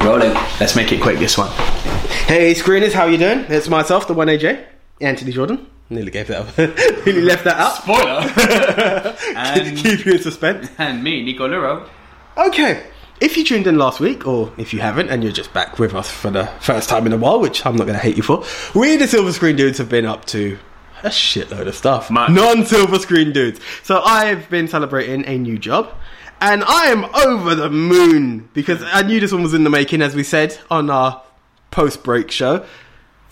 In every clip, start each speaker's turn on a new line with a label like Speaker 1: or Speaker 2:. Speaker 1: rolling. Let's make it quick. This one.
Speaker 2: Hey, screeners, how you doing? It's myself, the one AJ, Anthony Jordan. Nearly gave that up. Nearly left that up.
Speaker 1: Spoiler. and,
Speaker 2: Keep you in suspense.
Speaker 1: and me, Nico Luro.
Speaker 2: Okay. If you tuned in last week, or if you haven't, and you're just back with us for the first time in a while, which I'm not going to hate you for, we, the Silver Screen Dudes, have been up to a shitload of stuff.
Speaker 1: Much.
Speaker 2: Non Silver Screen Dudes. So I've been celebrating a new job, and I am over the moon because I knew this one was in the making, as we said on our post break show.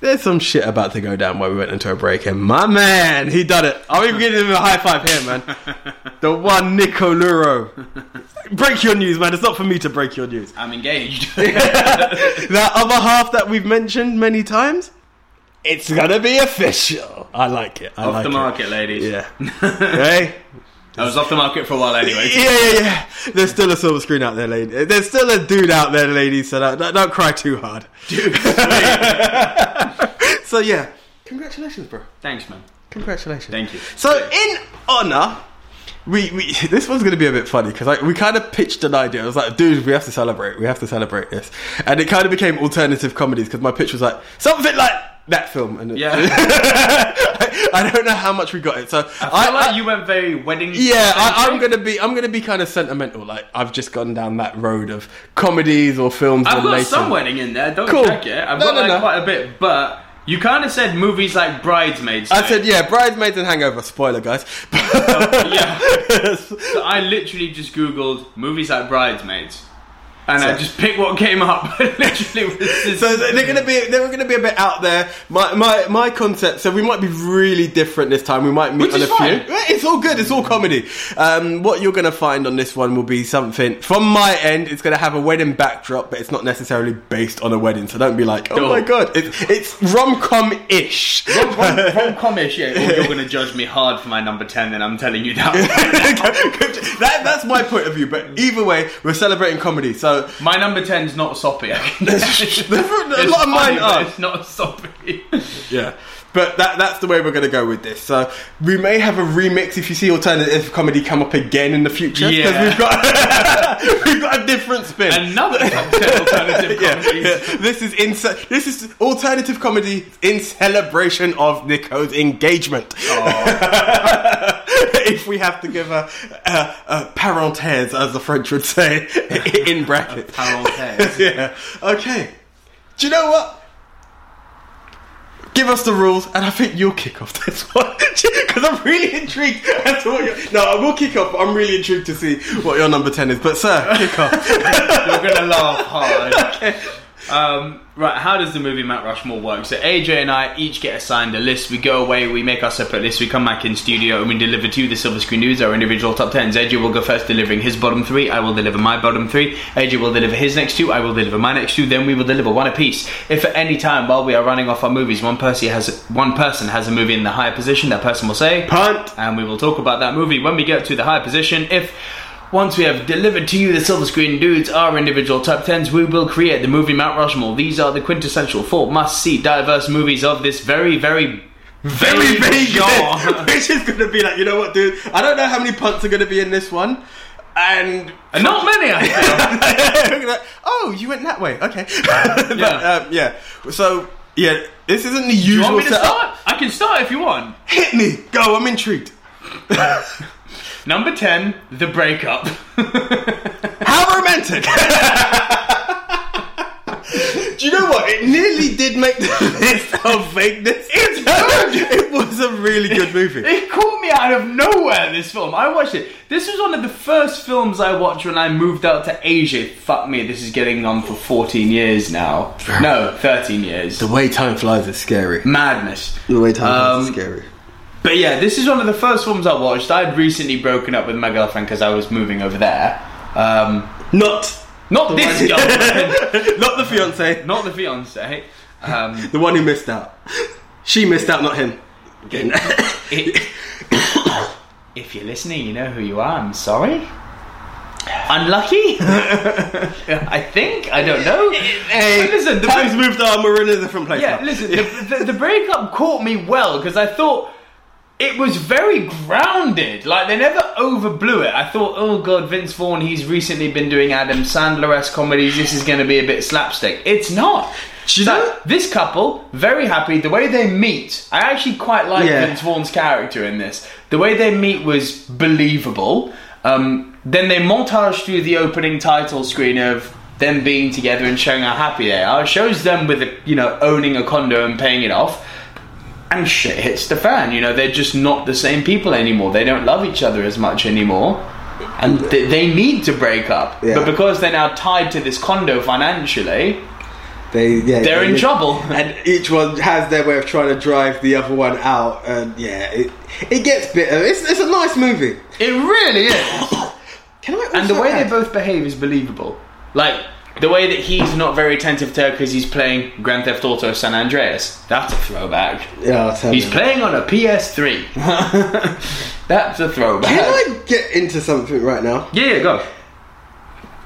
Speaker 2: There's some shit about to go down where we went into a break, and my man, he done it. I'm even giving him a high five here, man. the one Nico Luro. Break your news, man. It's not for me to break your news.
Speaker 1: I'm engaged.
Speaker 2: That other half that we've mentioned many times, it's gonna be official. I like it. I
Speaker 1: off
Speaker 2: like
Speaker 1: the
Speaker 2: it.
Speaker 1: market, ladies.
Speaker 2: Yeah. hey.
Speaker 1: I was off the market for a while anyway.
Speaker 2: Yeah, yeah, yeah. There's still a silver screen out there, lady. There's still a dude out there, ladies. So don't, don't- don't cry too hard. so yeah. Congratulations, bro.
Speaker 1: Thanks, man.
Speaker 2: Congratulations.
Speaker 1: Thank you.
Speaker 2: So in honor, we, we this one's going to be a bit funny because like we kind of pitched an idea. I was like, dude, we have to celebrate. We have to celebrate this, and it kind of became alternative comedies because my pitch was like something like that film. And it-
Speaker 1: Yeah.
Speaker 2: I, I don't know how much we got it. So
Speaker 1: I feel like you went very wedding.
Speaker 2: yeah, I, I'm gonna be I'm gonna be kind of sentimental. Like I've just gone down that road of comedies or films.
Speaker 1: I've got
Speaker 2: related.
Speaker 1: some wedding in there. Don't
Speaker 2: Cool.
Speaker 1: check it. I've
Speaker 2: No,
Speaker 1: got
Speaker 2: no,
Speaker 1: like
Speaker 2: no.
Speaker 1: quite a bit, but you kind of said movies like Bridesmaids.
Speaker 2: I
Speaker 1: mate.
Speaker 2: said yeah, Bridesmaids and Hangover. Spoiler, guys.
Speaker 1: yeah. So I literally just googled movies like Bridesmaids, and I
Speaker 2: So-
Speaker 1: just picked what came up. literally, was this-
Speaker 2: So they're going to be they're going to be a bit out there. My my my concept. So we might be really different this time. We might meet
Speaker 1: Which
Speaker 2: on
Speaker 1: is
Speaker 2: a few.
Speaker 1: fine.
Speaker 2: Eh, It's all good. It's all comedy. Um, what you're going to find on this one will be something from my end. It's going to have a wedding backdrop, but it's not necessarily based on a wedding. So don't be like, oh
Speaker 1: Dope.
Speaker 2: my god, it's it's rom com ish.
Speaker 1: Rom- rom- rom-comish, yeah. Well, you're gonna judge me hard for my number ten, then I'm telling you that.
Speaker 2: that, that's my point of view. But either way, we're celebrating comedy. So
Speaker 1: my number 10's not soppy. I can
Speaker 2: a lot of mine are.
Speaker 1: It's not soppy.
Speaker 2: Yeah. But that, that's the way we're going to go with this. So we may have a remix if you see alternative comedy come up again in the future.
Speaker 1: Yeah.
Speaker 2: we've got, we've got a different spin.
Speaker 1: Another top ten alternative
Speaker 2: yeah,
Speaker 1: comedy.
Speaker 2: yeah. This is in, ce- this is alternative comedy in celebration of Nico's engagement. if we have to give a, a, a parenthèse, as the French would say, in brackets.
Speaker 1: Parenthèse.
Speaker 2: yeah. Okay. Do you know what? Give us the rules, and I think you'll kick off this one because I'm really intrigued. As to what you're... No, I will kick off. but I'm really intrigued to see what your number ten is. But sir, kick off.
Speaker 1: You're gonna laugh hard. Um, right, how does the movie Mount Rushmore work? So AJ and I each get assigned a list. We go away, we make our separate lists. We come back in studio and we deliver to you the Silver Screen News our individual top tens. AJ will go first, delivering his bottom three. I will deliver my bottom three. AJ will deliver his next two. I will deliver my next two. Then we will deliver one apiece. If at any time while we are running off our movies, one person has one person has a movie in the higher position, that person will say
Speaker 2: Punt.
Speaker 1: and we will talk about that movie when we get to the high position. If once we have delivered to you the silver screen dudes, our individual top tens, we will create the movie Mount Rushmore. These are the quintessential four must-see diverse movies of this very, very,
Speaker 2: very vague,
Speaker 1: genre.
Speaker 2: which is going to be like, you know what, dude? I don't know how many punts are going to be in this one, and
Speaker 1: And not many, I feel.
Speaker 2: Like, oh, you went that way. Okay. But,
Speaker 1: Yeah.
Speaker 2: um, yeah. So yeah, this isn't the
Speaker 1: You
Speaker 2: usual
Speaker 1: want me to
Speaker 2: setup.
Speaker 1: start? I can start if you want.
Speaker 2: Hit me. Go. I'm intrigued.
Speaker 1: Number ten, The Breakup.
Speaker 2: How romantic. Do you know what? It nearly did make the list of vagueness. It's good. it was a really good movie.
Speaker 1: It caught me out of nowhere, this film. I watched it. This was one of the first films I watched when I moved out to Asia. Fuck me, this is getting on for 14 years now. No, 13 years.
Speaker 2: The way time flies is scary.
Speaker 1: Madness.
Speaker 2: The way time flies is
Speaker 1: Um,
Speaker 2: scary.
Speaker 1: But yeah, this is one of the first films I watched. I'd recently broken up with my girlfriend because I was moving over there. Um,
Speaker 2: Not.
Speaker 1: not this
Speaker 2: one-
Speaker 1: girlfriend.
Speaker 2: Not the fiance.
Speaker 1: not the fiance. Um,
Speaker 2: The one who missed out. She missed out, not him.
Speaker 1: it- if you're listening, you know who you are. I'm sorry. Unlucky? I think. I don't know.
Speaker 2: Hey,
Speaker 1: But listen, the
Speaker 2: time's
Speaker 1: break-
Speaker 2: moved on. We're in a different place.
Speaker 1: yeah,
Speaker 2: now.
Speaker 1: listen, the, the, the breakup caught me well because I thought it was very grounded. Like they never overblew it. I thought, oh god, Vince Vaughn. He's recently been doing Adam Sandler-esque comedies. This is going to be a bit slapstick. It's not.
Speaker 3: Do you
Speaker 1: So,
Speaker 3: know-
Speaker 1: this couple very happy. The way they meet, I actually quite like
Speaker 3: Yeah.
Speaker 1: Vince Vaughn's character in this. The way they meet was believable. Um, then they montage through the opening title screen of them being together and showing how happy they are. It shows them with you know owning a condo and paying it off and shit hits the fan. You know, they're just not the same people anymore. They don't love each other as much anymore. And th- they need to break up.
Speaker 2: Yeah.
Speaker 1: But because they're now tied to this condo financially,
Speaker 2: They, yeah,
Speaker 1: they're in
Speaker 2: they-
Speaker 1: trouble.
Speaker 2: and each one has their way of trying to drive the other one out, and yeah, it, it gets bitter. It's, it's a nice movie.
Speaker 1: It really is.
Speaker 2: Can I?
Speaker 1: and the
Speaker 2: also
Speaker 1: way
Speaker 2: add-
Speaker 1: they both behave is believable. Like, the way that he's not very attentive to her because he's playing Grand Theft Auto San Andreas. That's a throwback.
Speaker 2: yeah, I'll tell
Speaker 1: He's
Speaker 2: you.
Speaker 1: playing on a PS3. That's a throwback.
Speaker 2: Can I get into something right now?
Speaker 1: Yeah, yeah, go.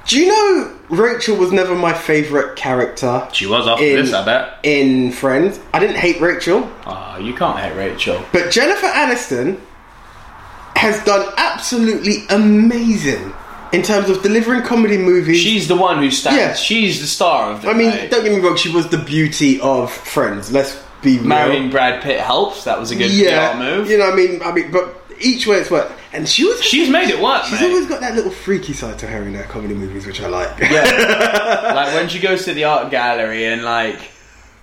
Speaker 2: Do you know Rachel was never my favourite character
Speaker 1: She was off
Speaker 2: In-
Speaker 1: this, I bet.
Speaker 2: in Friends? I didn't hate Rachel,
Speaker 1: Oh, you can't hate Rachel.
Speaker 2: but Jennifer Aniston has done absolutely amazing in terms of delivering comedy movies.
Speaker 1: She's the one who stands.
Speaker 2: Yeah.
Speaker 1: She's the star of the.
Speaker 2: I mean,
Speaker 1: play.
Speaker 2: don't get me wrong, she was the beauty of Friends. Let's be real.
Speaker 1: marrying Brad Pitt helps. That was a good PR move.
Speaker 2: You know, what I mean, I mean, but each way it's worked, and she was.
Speaker 1: She's made it work,
Speaker 2: She's
Speaker 1: mate.
Speaker 2: always got that little freaky side to her in her comedy movies, which I like.
Speaker 1: Yeah. like when she goes to the art gallery and like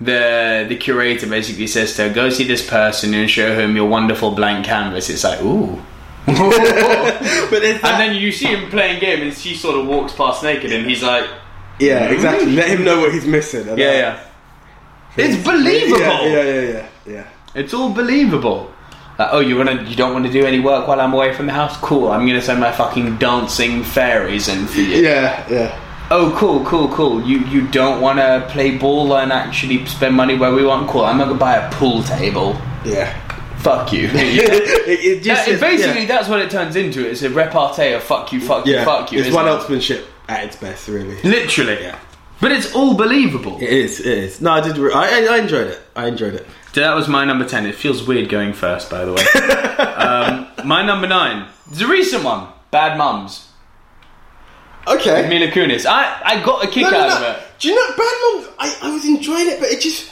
Speaker 1: the the curator basically says to her, "Go see this person and show him your wonderful blank canvas." It's like ooh.
Speaker 2: but there's that,
Speaker 1: And then you see him playing game, and she sort of walks past naked, and he's like,
Speaker 2: yeah, exactly. Let him know what he's missing. and
Speaker 1: "Yeah,
Speaker 2: that-
Speaker 1: yeah." It's believable.
Speaker 2: yeah, yeah, yeah, yeah, yeah.
Speaker 1: It's all believable. Like, oh, you wanna, you don't want to do any work while I'm away from the house? Cool. I'm gonna send my fucking dancing fairies in for you.
Speaker 2: Yeah, yeah.
Speaker 1: Oh, cool, cool, cool. You you don't want to play ball and actually spend money where we want? Cool. I'm gonna buy a pool table.
Speaker 2: yeah.
Speaker 1: Fuck you.
Speaker 2: it, it
Speaker 1: That-
Speaker 2: just
Speaker 1: it-
Speaker 2: is-
Speaker 1: basically,
Speaker 2: yeah.
Speaker 1: that's what it turns into. It's a repartee of fuck you, fuck
Speaker 2: yeah.
Speaker 1: you, fuck you.
Speaker 2: It's
Speaker 1: isn't
Speaker 2: one
Speaker 1: it?
Speaker 2: upsmanship at its best, really.
Speaker 1: Literally.
Speaker 2: Yeah.
Speaker 1: But it's all believable.
Speaker 2: It is. It is. No, I did. Re- I, I- I enjoyed it. I enjoyed it.
Speaker 1: So that was my number 10. It feels weird going first, by the way. um, my number 9. It's a recent one. Bad Mums.
Speaker 2: Okay.
Speaker 1: Mila Kunis. I, I got a kick
Speaker 2: No, no,
Speaker 1: out
Speaker 2: no.
Speaker 1: of it.
Speaker 2: Do you know Bad Moms? I, I was enjoying it, but it just.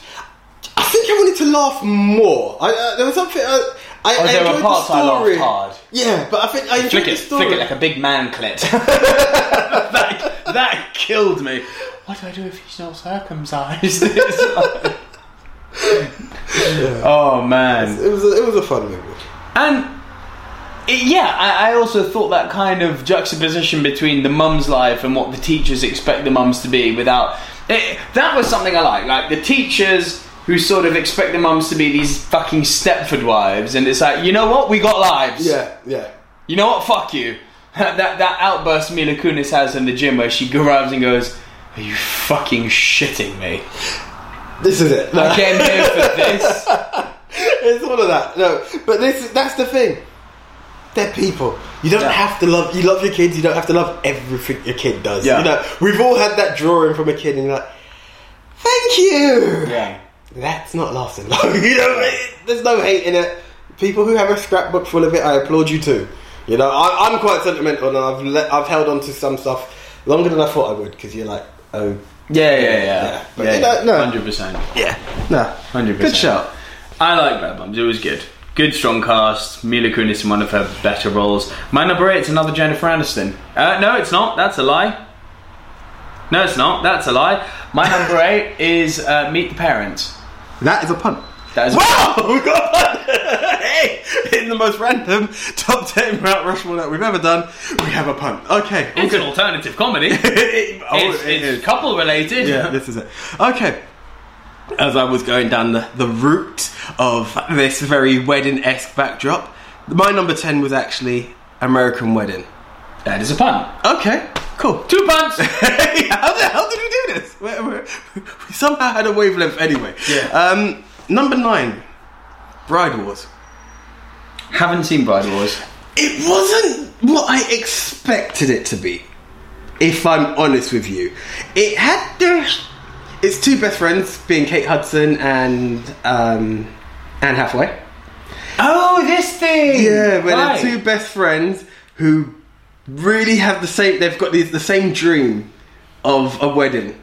Speaker 2: I think I wanted to laugh more. I, uh, there was something. Uh, I,
Speaker 1: Oh,
Speaker 2: I
Speaker 1: there were
Speaker 2: enjoyed
Speaker 1: parts I
Speaker 2: the
Speaker 1: laughed
Speaker 2: story.
Speaker 1: hard.
Speaker 2: Yeah, but I think I enjoyed
Speaker 1: Flick it,
Speaker 2: the story.
Speaker 1: flick it like a big man clit. that, that killed me. What do I do if he's not circumcised? It's like- oh man.
Speaker 2: it was. A, it was a fun movie.
Speaker 1: And it, yeah, I, I also thought that kind of juxtaposition between the mum's life and what the teachers expect the mums to be without it, that was something I like. Like the teachers who sort of expect the mums to be these fucking Stepford wives, and it's like, you know what? We got lives.
Speaker 2: Yeah, yeah.
Speaker 1: You know what? Fuck you. that that outburst Mila Kunis has in the gym where she arrives and goes, "Are you fucking shitting me?
Speaker 2: This is it.
Speaker 1: I came here for this."
Speaker 2: it's all of that. No, but this is- that's the thing. They're people. You don't
Speaker 1: Yeah.
Speaker 2: have to love. You love your kids. You don't have to love everything your kid does.
Speaker 1: Yeah.
Speaker 2: You know, we've all had that drawing from a kid, and you're like, "Thank you."
Speaker 1: Yeah.
Speaker 2: that's not lasting long. you know, it- there's no hate in it. People who have a scrapbook full of it, I applaud you too. You know, I, I'm quite sentimental, and I've le- I've held on to some stuff longer than I thought I would because you're like, oh,
Speaker 1: Yeah, yeah, yeah,
Speaker 2: Yeah.
Speaker 1: yeah.
Speaker 2: But you don't know.
Speaker 1: hundred percent,
Speaker 2: yeah, nah,
Speaker 1: hundred percent.
Speaker 2: good shot.
Speaker 1: I like Bad Bums. It was good. Good strong cast. Mila Kunis in one of her better roles. My number eight's another Jennifer Aniston. Uh, no, it's not. That's a lie. No, it's not. That's a lie. My number eight is uh, Meet the Parents.
Speaker 2: That is a pun.
Speaker 1: That is
Speaker 2: Wow, we got a pun. hey, in the most random top ten Mount Rushmore that we've ever done, we have a pun. Okay, all
Speaker 1: it's an
Speaker 2: good.
Speaker 1: alternative comedy.
Speaker 2: It- oh,
Speaker 1: it's,
Speaker 2: it is.
Speaker 1: it's couple related.
Speaker 2: yeah, this is it. Okay. As I was going down the, the route of this very wedding esque backdrop, my number 10 was actually American Wedding.
Speaker 1: That is a pun.
Speaker 2: Okay, cool.
Speaker 1: Two puns.
Speaker 2: how the hell did we do this? we we we somehow had a wavelength anyway.
Speaker 1: Yeah.
Speaker 2: Um, number 9, Bride Wars.
Speaker 1: Haven't seen Bride Wars.
Speaker 2: it wasn't what I expected it to be. If I'm honest with you, it had the. It's two best friends, being Kate Hudson and um, Anne Hathaway,
Speaker 1: Oh, this thing.
Speaker 2: Yeah, where
Speaker 1: Right.
Speaker 2: they're two best friends who really have the same. They've got these, the same dream of a wedding,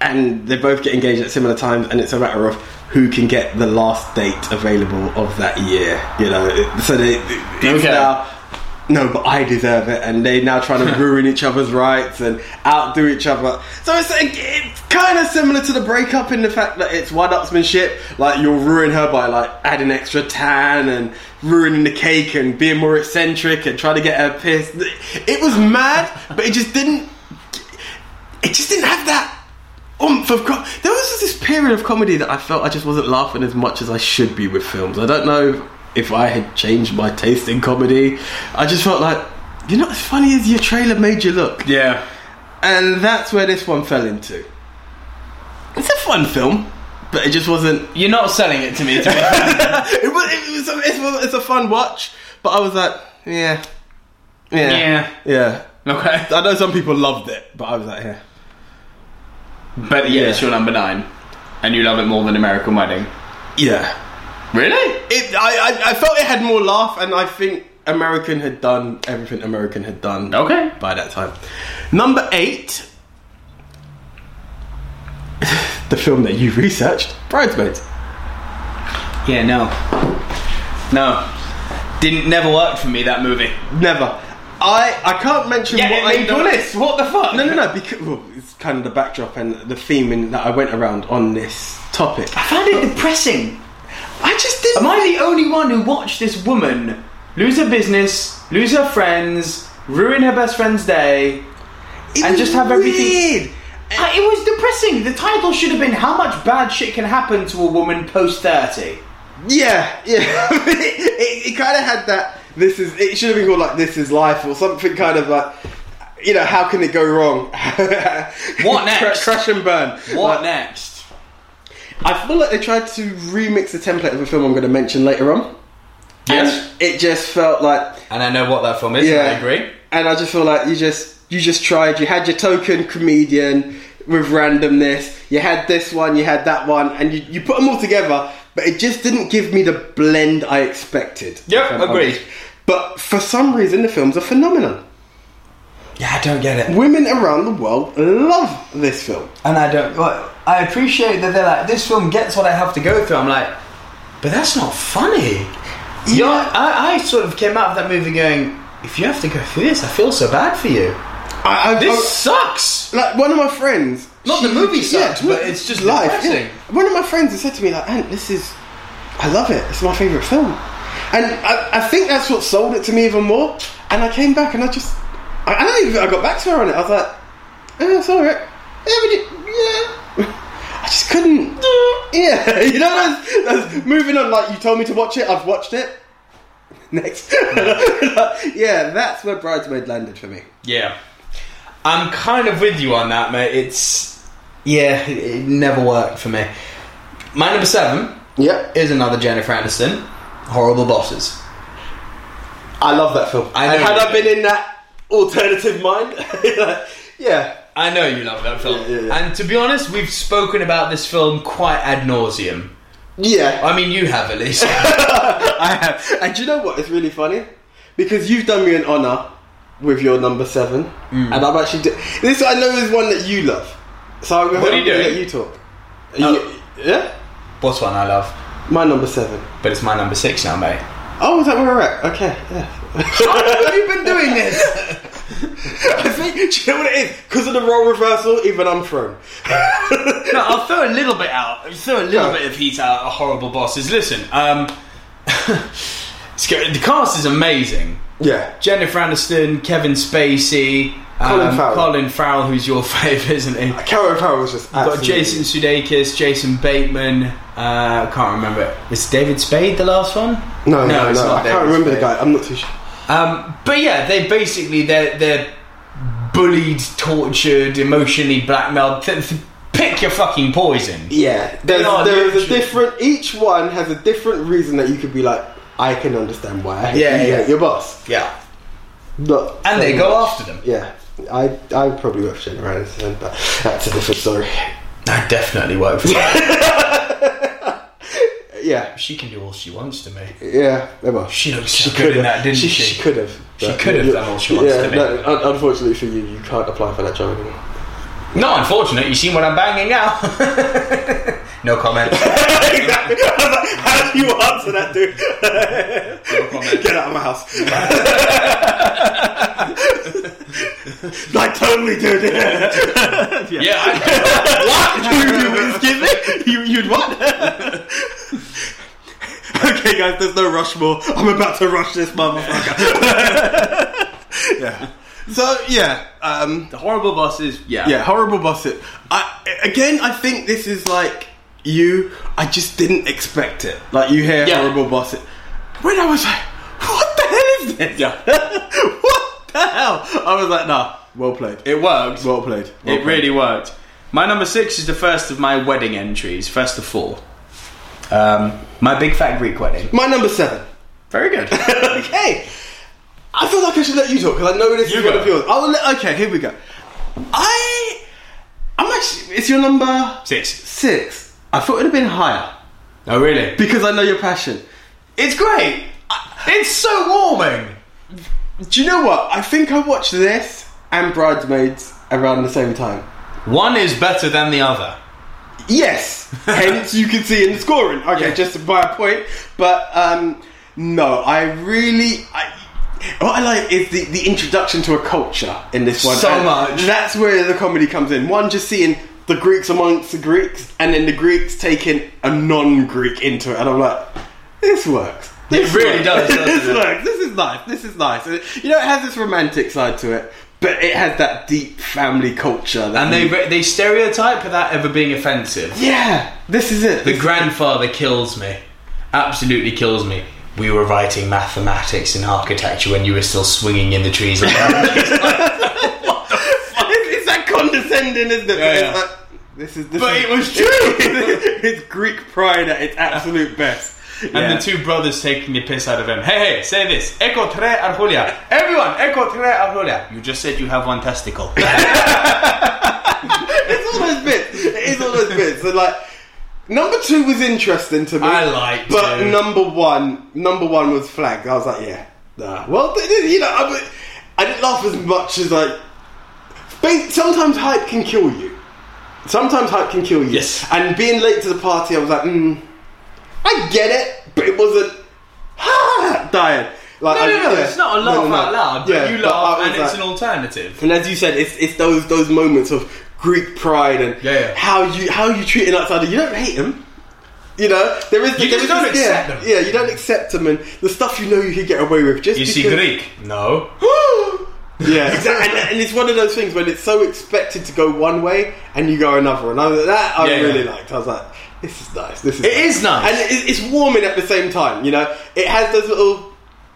Speaker 2: and they both get engaged at similar times, and it's a matter of who can get the last date available of that year. You know, it- so they it's
Speaker 1: Okay.
Speaker 2: now. No, but I deserve it, and they now trying to ruin each other's rights and outdo each other. So it's like, it's kind of similar to the breakup in the fact that it's one-upsmanship. Like you'll ruin her by like adding extra tan and ruining the cake and being more eccentric and trying to get her pissed. It was mad, but it just didn't. It just didn't have that oomph of. Com- there was just this period of comedy that I felt I just wasn't laughing as much as I should be with films. I don't know if I had changed my taste in comedy. I just felt like you're not as funny as your trailer made you look.
Speaker 1: Yeah.
Speaker 2: And that's where this one fell into. It's a fun film, but it just wasn't.
Speaker 1: You're not selling it to me. To be
Speaker 2: It was. It was a, it's, a- it's a fun watch, but I was like, yeah, yeah,
Speaker 1: Yeah.
Speaker 2: yeah.
Speaker 1: okay.
Speaker 2: I know some people loved it, but I was like, yeah.
Speaker 1: But yeah, it's your number nine, and you love it more than American Wedding.
Speaker 2: Yeah.
Speaker 1: Really?
Speaker 2: It, I, I, I felt it had more laugh, and I think American had done everything American had done
Speaker 1: Okay.
Speaker 2: by that time. Number eight, the film that you researched, Bridesmaids.
Speaker 1: Yeah. No. No. Didn't never worked for me that movie.
Speaker 2: Never. I, I can't mention
Speaker 1: Yeah,
Speaker 2: what
Speaker 1: it
Speaker 2: I
Speaker 1: made your list. What the fuck?
Speaker 2: No, no, no. Because well, it's kind of the backdrop and the theming that I went around on this topic.
Speaker 1: I found it depressing.
Speaker 2: I just didn't.
Speaker 1: Am I the only one who watched this woman lose her business, lose her friends, ruin her best friend's day?
Speaker 2: It
Speaker 1: and
Speaker 2: was
Speaker 1: just have everything-
Speaker 2: weird.
Speaker 4: Uh,
Speaker 1: I, it was depressing. The title should have been "How much bad shit can happen to a woman post 30?
Speaker 2: Yeah, yeah. it it kind of had that. This is. It should have been called like "This Is Life" or something kind of like. You know, how can it go wrong?
Speaker 1: What next?
Speaker 2: Crash and burn.
Speaker 1: What
Speaker 2: Like,
Speaker 1: next?
Speaker 2: I feel like they tried to remix the template of a film I'm going to mention later on.
Speaker 1: Yes.
Speaker 2: And it just felt like
Speaker 1: And I know what that film is.
Speaker 2: Yeah. And I just feel like you just you just tried. You had your token comedian with randomness. You had this one. You had that one, and you, you put them all together. But it just didn't give me the blend I expected.
Speaker 1: Yep,
Speaker 2: If I'm
Speaker 1: agreed.
Speaker 2: honest. But for some reason, the film's a phenomenon.
Speaker 4: Yeah, I don't get it.
Speaker 2: Women around the world love this film.
Speaker 4: And I don't. Well, I appreciate that they're like, this film gets what I have to go through. I'm like, but that's not funny. You know, I, I sort of came out of that movie going, if you have to go through this, I feel so bad for you.
Speaker 2: I, I,
Speaker 4: This sucks.
Speaker 2: I- like one of my friends.
Speaker 4: Not the movie sucks,
Speaker 2: no,
Speaker 4: but it's just depressing.
Speaker 2: yeah. One of my friends has said to me like, "Ant, this is, I love it. It's my favorite film," and I, I think that's what sold it to me even more. And I came back and I just, I, I don't even. think I got back to her on it. I was like, "Yeah, it's all right. Yeah, but you- yeah." I just couldn't. Yeah, you know, that's, that's moving on. Like you told me to watch it, I've watched it. Next, yeah, that's where Bridesmaid landed for me.
Speaker 4: Yeah. I'm kind of with you on that, mate. It's. Yeah, it, it never worked for me. My number seven
Speaker 2: Yep,
Speaker 4: is another Jennifer Aniston, Horrible Bosses.
Speaker 2: I love that film.
Speaker 4: I know
Speaker 2: and had
Speaker 4: you
Speaker 2: I been in that alternative mind, yeah.
Speaker 4: I know you love that film.
Speaker 2: Yeah, yeah, yeah.
Speaker 4: And to be honest, we've spoken about this film quite ad nauseum.
Speaker 2: Yeah,
Speaker 4: I mean, you have at least.
Speaker 2: I have. And do you know what? It's really funny because you've done me an honour with your number seven, and I'm actually do- this. I know is one that you love, so I'm going
Speaker 4: What are you
Speaker 2: to let
Speaker 4: doing?
Speaker 2: you talk.
Speaker 4: Oh.
Speaker 2: You- yeah,
Speaker 4: What's one I love?
Speaker 2: my number seven.
Speaker 4: But it's my number six now, mate.
Speaker 2: Oh, is that where we're at? Okay, yeah.
Speaker 4: have you been doing this?
Speaker 2: I think, do you know what it is? Because of the role reversal, even I'm thrown.
Speaker 1: No, I'll throw a little bit out. I'll throw a little
Speaker 2: Yeah.
Speaker 1: bit of heat out at horrible bosses. Listen, um, it's good. the cast is amazing.
Speaker 2: yeah.
Speaker 1: Jennifer Aniston, Kevin Spacey, um,
Speaker 2: Colin Farrell.
Speaker 1: Colin Farrell, who's your favourite, isn't he?
Speaker 2: Carrot Power was just
Speaker 1: Got
Speaker 2: absolutely.
Speaker 1: Jason Sudeikis, Jason Bateman. Uh, I can't remember. Is David Spade the last one?
Speaker 2: No, no, no.
Speaker 1: it's not
Speaker 2: I
Speaker 1: David
Speaker 2: can't remember the
Speaker 1: Spade.
Speaker 2: guy. I'm not too sure.
Speaker 1: Um, but yeah, they basically they're they're bullied, tortured, emotionally blackmailed. Th- th- pick your fucking poison.
Speaker 2: Yeah, there's,
Speaker 1: are
Speaker 2: there is a
Speaker 1: literally-
Speaker 2: different. Each one has a different reason that you could be like, I can understand why.
Speaker 4: Yeah,
Speaker 2: you
Speaker 4: yeah.
Speaker 2: hate your boss.
Speaker 4: Yeah.
Speaker 2: Not
Speaker 4: And they
Speaker 2: so
Speaker 4: go
Speaker 2: much.
Speaker 4: after them.
Speaker 2: Yeah, I I probably work for Jennifer Aniston, but that's a different story.
Speaker 4: I definitely work for them.
Speaker 2: Yeah,
Speaker 5: She can do all she wants to me.
Speaker 2: yeah. Never.
Speaker 5: She looks so good in that, didn't she?
Speaker 2: She could have.
Speaker 5: She could have done all she wants
Speaker 2: yeah,
Speaker 5: to be.
Speaker 2: No, un- unfortunately for you, you can't apply for that job anymore.
Speaker 5: No, unfortunate. You seen what I'm banging now. no comment.
Speaker 2: exactly. How do you answer that, dude?
Speaker 5: No comment.
Speaker 2: Get out of my house. like totally, dude.
Speaker 5: Yeah. I,
Speaker 2: what? You, you, excuse me? You, you'd what? okay, guys, there's no rush more. I'm about to rush this motherfucker. yeah. So, yeah. Um,
Speaker 1: The horrible bosses. Yeah.
Speaker 2: yeah, horrible boss. It. I again. I think this is like you. I just didn't expect it. Like you hear
Speaker 1: Yeah.
Speaker 2: horrible boss. It. When I was like, what the hell is this?
Speaker 1: Yeah.
Speaker 2: what the hell? I was like, nah. Well played.
Speaker 1: It worked.
Speaker 2: Well played. Well
Speaker 1: it
Speaker 2: played.
Speaker 1: really worked. My number six is the first of my wedding entries, first of four. Um, my big fat Greek wedding.
Speaker 2: My number seven.
Speaker 1: Very good.
Speaker 2: okay. I feel like I should let you talk because I know this
Speaker 1: You
Speaker 2: is one
Speaker 1: go.
Speaker 2: of yours. I will let, okay, here we go. I, I'm actually. It's your number
Speaker 1: Six.
Speaker 2: six. I thought it'd have been higher
Speaker 1: Oh really?
Speaker 2: because I know your passion.
Speaker 1: It's great.
Speaker 5: it's so warming.
Speaker 2: Do you know what? I think I watched this and Bridesmaids around the same time.
Speaker 5: One is better than the other.
Speaker 2: Yes. Hence, you can see in the scoring. Okay, just by a point. But um, no, I really. I, what I like is the, the introduction to a culture in this one.
Speaker 5: So
Speaker 2: And
Speaker 5: much.
Speaker 2: That's where the comedy comes in. One, just seeing the Greeks amongst the Greeks, and then the Greeks taking a non Greek into it. And I'm like, this works. This
Speaker 5: really does, doesn't
Speaker 2: this
Speaker 5: it?
Speaker 2: works. This is nice. This is nice. You know, it has this romantic side to it, but it has that deep family culture. That
Speaker 5: And they they stereotype that ever being offensive.
Speaker 2: Yeah, this is it.
Speaker 5: The grandfather kills me. Absolutely kills me. We were writing mathematics and architecture when you were still swinging in the trees.
Speaker 2: it's, it's that condescending, isn't it?
Speaker 5: Yeah,
Speaker 2: It's
Speaker 5: yeah.
Speaker 2: like, this is. This
Speaker 1: But
Speaker 2: is-
Speaker 1: it was true.
Speaker 2: it's Greek pride at its absolute best.
Speaker 1: And the two brothers taking the piss out of him. Hey, hey, say this. Echo tre arjulia. Everyone, echo tre arjulia. You just said you have one testicle.
Speaker 2: it's all those bits. It is all those bits. So like, number two was interesting to me.
Speaker 5: I like
Speaker 2: but
Speaker 5: two.
Speaker 2: number one, number one was flagged. I was like, yeah, nah. Well, th- th- you know, I, was- I didn't laugh as much as like. ba- Sometimes hype can kill you. Sometimes hype can kill you.
Speaker 1: Yes.
Speaker 2: And being late to the party, I was like, mm, I get it, but it wasn't ha dying. Like,
Speaker 1: No,
Speaker 2: I-
Speaker 1: no, no,
Speaker 2: yeah.
Speaker 1: it's not a laugh
Speaker 2: No, no,
Speaker 1: out
Speaker 2: no.
Speaker 1: loud, but
Speaker 2: Yeah,
Speaker 1: you laugh
Speaker 2: I
Speaker 1: and
Speaker 2: was
Speaker 1: it's
Speaker 2: like-
Speaker 1: an alternative.
Speaker 2: and as you said, it's it's those those moments of Greek pride and
Speaker 5: Yeah, yeah.
Speaker 2: how you how you treat an outsider. You don't hate them. You know, there is
Speaker 5: You
Speaker 2: there
Speaker 5: just
Speaker 2: is
Speaker 5: don't
Speaker 2: this-
Speaker 5: accept
Speaker 2: yeah,
Speaker 5: them.
Speaker 2: Yeah, you don't accept them, and the stuff you know you can get away with. Just
Speaker 5: you see
Speaker 2: because-
Speaker 5: Greek? No.
Speaker 2: yeah, exactly. And, and it's one of those things when it's so expected to go one way and you go another. And I, was- that I
Speaker 5: Yeah, yeah.
Speaker 2: really liked. I was like, this is nice. This is
Speaker 5: It is nice.
Speaker 2: and it, it's warming at the same time. You know, it has those little.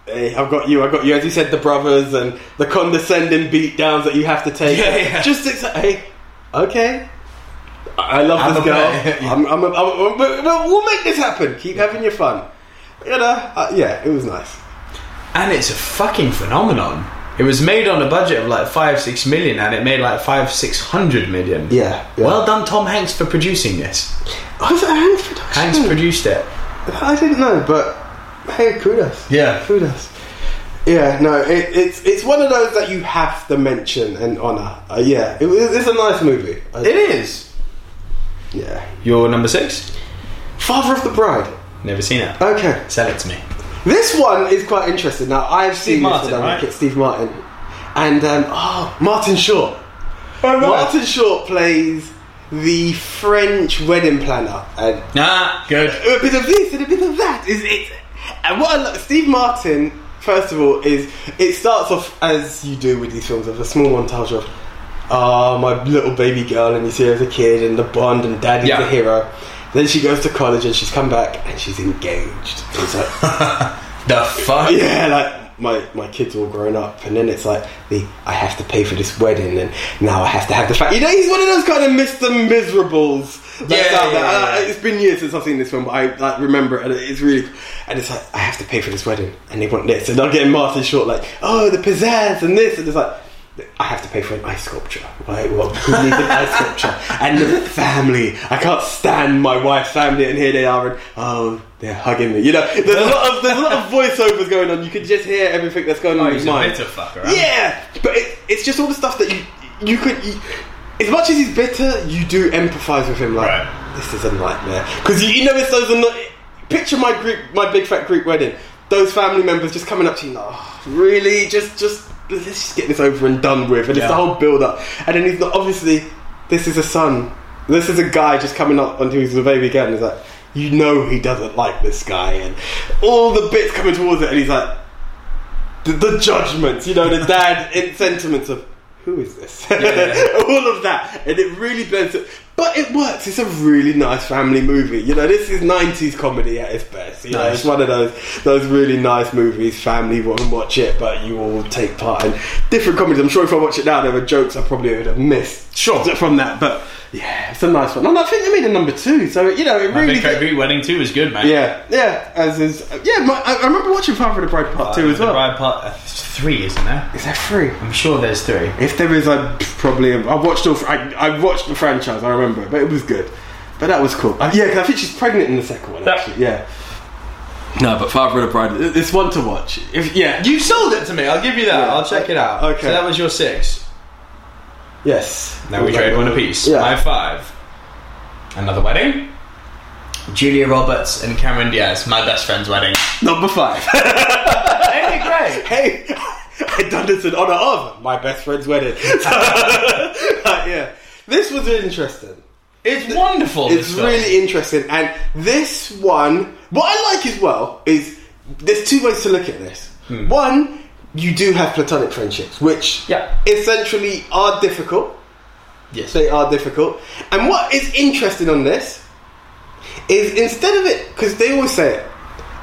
Speaker 2: Hey, I've got you. I've got you. As you said, the brothers and the condescending beat downs that you have to take.
Speaker 5: Yeah, yeah.
Speaker 2: Just it's like, hey, okay. I I love
Speaker 5: I'm
Speaker 2: this
Speaker 5: a
Speaker 2: girl.
Speaker 5: player.
Speaker 2: I'm, I'm, a, I'm a, we'll, we'll make this happen. Keep having your fun. You know, uh, yeah, it was nice.
Speaker 5: And it's a fucking phenomenon. It was made on a budget of like five, six million, and it made like five, six hundred million.
Speaker 2: Yeah, yeah.
Speaker 5: Well done, Tom Hanks, for producing this.
Speaker 2: Was it a hand production?
Speaker 5: Hanks produced it.
Speaker 2: I didn't know, but hey, kudos.
Speaker 5: Yeah.
Speaker 2: kudos. Yeah, no, it, it's it's one of those that you have to mention and honour. Uh, yeah, it, was- it's a nice movie. I-
Speaker 5: It is.
Speaker 2: Yeah,
Speaker 5: Your number six?
Speaker 2: Father of the Bride.
Speaker 5: Never seen it.
Speaker 2: Okay,
Speaker 5: Sell it to me.
Speaker 2: this one is quite interesting. Now I've seen this
Speaker 5: Martin,
Speaker 2: with Alan
Speaker 5: right?
Speaker 2: Rickett, Steve Martin, and um, oh, Martin Short. Martin Short plays the French wedding planner, and
Speaker 5: Nah, good.
Speaker 2: a bit of this and a bit of that. Is it? And what I lo- Steve Martin, first of all, is it starts off as you do with these films of a small montage of, ah, my little baby girl, and you see her as a kid, and the bond, and daddy's
Speaker 5: Yeah.
Speaker 2: the hero. Then she goes to college and she's come back and she's engaged. It's like,
Speaker 5: The fuck?
Speaker 2: yeah, like my, my kids all grown up, and then it's like the I have to pay for this wedding, and now I have to have the fact. You know, he's one of those kind of Mister Miserables. That's
Speaker 5: Yeah,
Speaker 2: out there.
Speaker 5: yeah,
Speaker 2: I-
Speaker 5: yeah.
Speaker 2: I- it's been years since I've seen this film, but I like remember it, and it's really. And it's like I have to pay for this wedding, and they want this, and I'm getting Martin Short like, oh, the pizzazz and this, and it's like, I have to pay for an ice sculpture. Like, what? Who needs an ice sculpture? And the family. I can't stand my wife's family, and here they are, and oh, they're hugging me. You know, there's a lot of there's a lot of voiceovers going on. You can just hear everything that's going on in
Speaker 1: Oh, He's
Speaker 2: his
Speaker 1: a
Speaker 2: mind.
Speaker 1: bitter fucker. huh?
Speaker 2: Yeah, but it, it's just all the stuff that you you could. You, as much as he's bitter, you do empathise with him. Like
Speaker 1: Right.
Speaker 2: this is a nightmare because you, you know it's those. anno- Picture my group, my big fat group wedding. Those family members just coming up to you. Oh, really? Just, just let's just get this over and done with. And it's the
Speaker 1: Yeah.
Speaker 2: whole build up. And then he's not. Obviously, this is a son. This is a guy just coming up onto his baby again. He's like, you know, he doesn't like this guy, and all the bits coming towards it. And he's like, the, the judgments, you know, the dad in sentiments of who is this, all of that, and it really blends it. But it works. It's a really nice family movie. You know, this is '90s comedy at its best. You know,
Speaker 1: Nice.
Speaker 2: it's one of those those really nice movies. Family won't watch it, but you all take part in different comedies. I'm sure if I watch it now, there were jokes I probably would have missed. Sure, from that, but yeah, it's a nice one. And I think they made a number two, so you know, it
Speaker 1: My
Speaker 2: really.
Speaker 1: Big Fat Greek Wedding 2 was good, man.
Speaker 2: yeah, yeah, as is. Yeah, my, I, I remember watching Father of the Bride Part 2 as
Speaker 1: The
Speaker 2: well.
Speaker 1: Bride Part uh, 3, isn't there?
Speaker 2: Is that free?
Speaker 1: I'm sure there's three.
Speaker 2: If there is, I probably I watched all. I, I watched the franchise. I remember, it, but it was good. But that was cool. Uh, yeah, 'cause I think she's pregnant in the second one.
Speaker 1: That-
Speaker 2: Actually, yeah. No, but Father of the Bride. it- It's one to watch. If yeah,
Speaker 5: You sold it to me. I'll give you that.
Speaker 2: Yeah.
Speaker 5: I'll check it out.
Speaker 2: Okay.
Speaker 5: So that was your six.
Speaker 2: yes.
Speaker 5: Now we trade one apiece.
Speaker 2: Yeah.
Speaker 5: My five. Another wedding. Julia Roberts and Cameron Diaz, my best friend's wedding.
Speaker 2: Number five.
Speaker 5: Ain't it great?
Speaker 2: hey, I done this in honor of my best friend's wedding. So, like, yeah, this was interesting.
Speaker 5: It's wonderful.
Speaker 2: It's
Speaker 5: this film.
Speaker 2: really interesting, and this one, what I like as well is there's two ways to look at this. One, you do have platonic friendships, which
Speaker 5: Yeah.
Speaker 2: essentially are difficult.
Speaker 5: Yes.
Speaker 2: they are difficult. And what is interesting on this is instead of it, because they always say it,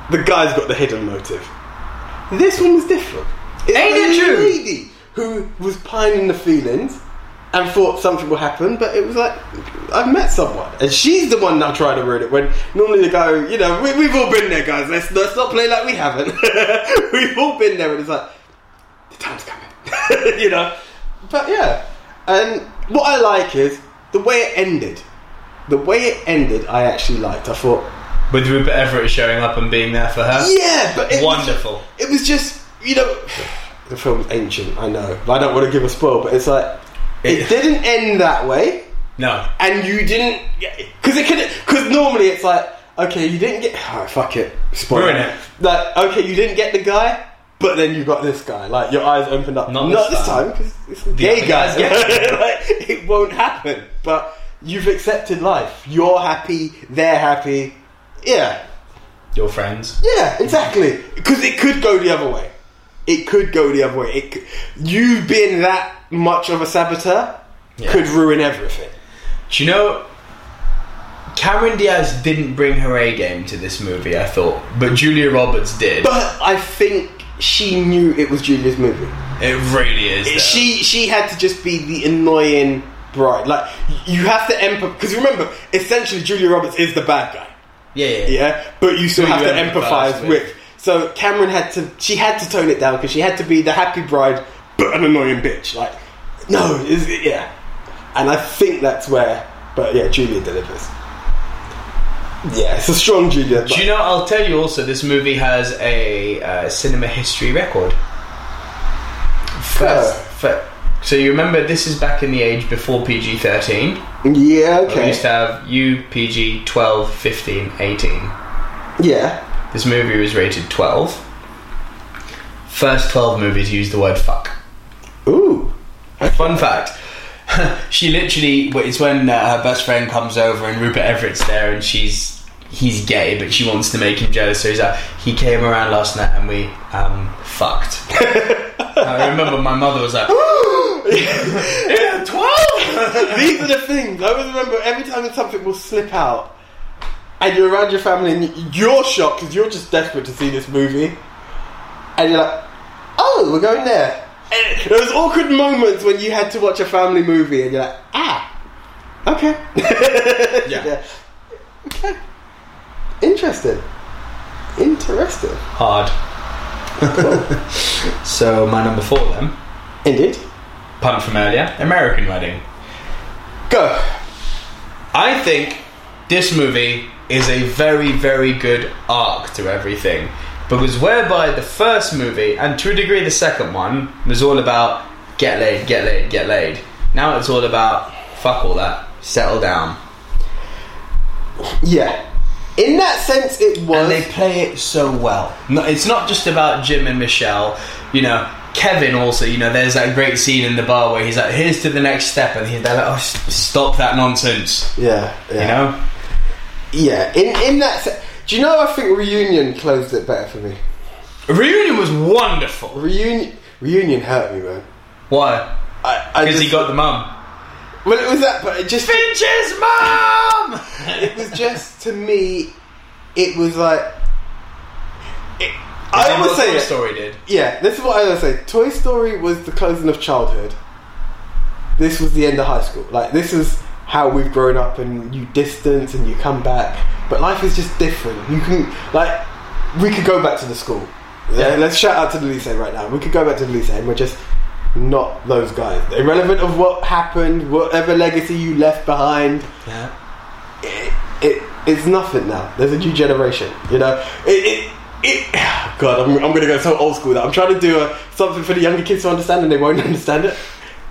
Speaker 2: the guy's got the hidden motive. This one was different. It's
Speaker 5: Ain't
Speaker 2: a
Speaker 5: it true?
Speaker 2: lady who was pining the feelings and thought something will happen, but it was like, I've met someone. And she's the one now trying to ruin it when normally the guy, you know, we, we've all been there, guys. Let's, let's not play like we haven't. we've all been there, and it's like, the time's coming. you know? But yeah. And what I like is the way it ended. The way it ended, I actually liked. I thought,
Speaker 1: With Rupert Everett showing up and being there for her.
Speaker 2: yeah, but it was-
Speaker 1: Wonderful.
Speaker 2: it was just, you know, the film's ancient, I know, but I don't want to give a spoil, but it's like, it didn't end that way,
Speaker 1: No.
Speaker 2: and you didn't, because it could, because normally it's like, okay, you didn't get, all right, fuck it, spoil
Speaker 1: Ruin it.
Speaker 2: Like, okay, you didn't get the guy, but then you got this guy. Like, your eyes opened up.
Speaker 1: Not
Speaker 2: Not
Speaker 1: this
Speaker 2: this
Speaker 1: time.
Speaker 2: time, because it's a gay
Speaker 1: other
Speaker 2: guy.
Speaker 1: guy's gay.
Speaker 2: Like, it won't happen, but you've accepted life. You're happy, they're happy. Yeah,
Speaker 1: Your friends.
Speaker 2: yeah, exactly. Because it could go the other way. It could go the other way. It c you being that much of a saboteur could ruin everything.
Speaker 5: Do you know? Cameron Diaz didn't bring her A game to this movie, I thought, but Julia Roberts did.
Speaker 2: But I think she knew it was Julia's movie.
Speaker 5: it really is. though.
Speaker 2: She she had to just be the annoying bride. Like you have to empath because remember, essentially Julia Roberts is the bad guy.
Speaker 5: yeah, yeah,
Speaker 2: Yeah, but you still
Speaker 5: Who
Speaker 2: have
Speaker 5: you
Speaker 2: to
Speaker 5: empathise
Speaker 2: empathize
Speaker 5: with.
Speaker 2: with. So Cameron had to she had to tone it down because she had to be the happy bride but an annoying bitch. Like no, is yeah. And I think that's where. But yeah, Julia delivers. Yeah, it's a strong Julia. but-
Speaker 5: Do you know? I'll tell you also. This movie has a uh, cinema history record. First, fir- so you remember this is back in the age before PG thirteen.
Speaker 2: yeah,
Speaker 5: We
Speaker 2: okay.
Speaker 5: used to have U, PG 12, 15, 18.
Speaker 2: Yeah.
Speaker 5: This movie was rated 12. First 12 movies use the word fuck.
Speaker 2: Ooh.
Speaker 5: Fun fact. she literally, it's when uh, her best friend comes over and Rupert Everett's there and she's, he's gay, but she wants to make him jealous. So he's like, he came around last night and we, um, fucked. I remember my mother was like, yeah, 12!
Speaker 2: These are the things. I always remember every time something will slip out and you're around your family and y- you're shocked because you're just desperate to see this movie. And you're like, oh, we're going there. And There was awkward moments when you had to watch a family movie and you're like, ah, okay.
Speaker 5: Yeah.
Speaker 2: Okay. Interesting. Interesting.
Speaker 5: Hard. so my number four then
Speaker 2: Indeed.
Speaker 1: pun from earlier, American Wedding.
Speaker 2: Go.
Speaker 1: I think this movie is a very, very good arc to everything. Because whereby the first movie, and to a degree the second one, was all about get laid, get laid, get laid. Now it's all about fuck all that, settle down.
Speaker 2: Yeah. In that sense, it was.
Speaker 1: And they play it so well. No, it's not just about Jim and Michelle. You know, Kevin also, you know, there's that great scene in the bar where he's like, here's to the next step. And he, they're like, oh, s- stop that nonsense.
Speaker 2: yeah, yeah.
Speaker 1: You know?
Speaker 2: Yeah. In, in that sense. Do you know, I think Reunion closed it better for me.
Speaker 1: Reunion was wonderful.
Speaker 2: Reunion Reunion hurt me, man.
Speaker 1: Why?
Speaker 2: I, I
Speaker 1: Because
Speaker 2: just,
Speaker 1: he got the mum.
Speaker 2: Well, it was that, but it just.
Speaker 1: Finch's mum!
Speaker 2: It was just, to me, it was like. It, I always say
Speaker 1: the
Speaker 2: it.
Speaker 1: story did.
Speaker 2: Yeah, this is what I always say. Toy Story was the closing of childhood. This was the end of high school. Like this is how we've grown up, and you distance and you come back. But life is just different. You can like we could go back to the school. Yeah,
Speaker 1: Yeah.
Speaker 2: let's shout out to the Lycée right now. We could go back to the Lycée, and we're just not those guys. Irrelevant of what happened, whatever legacy you left behind
Speaker 1: Yeah.
Speaker 2: it, it it's nothing now. There's a new generation, you know. It, it, it God, I'm, I'm gonna go so old school that I'm trying to do a, something for the younger kids to understand, and they won't understand it.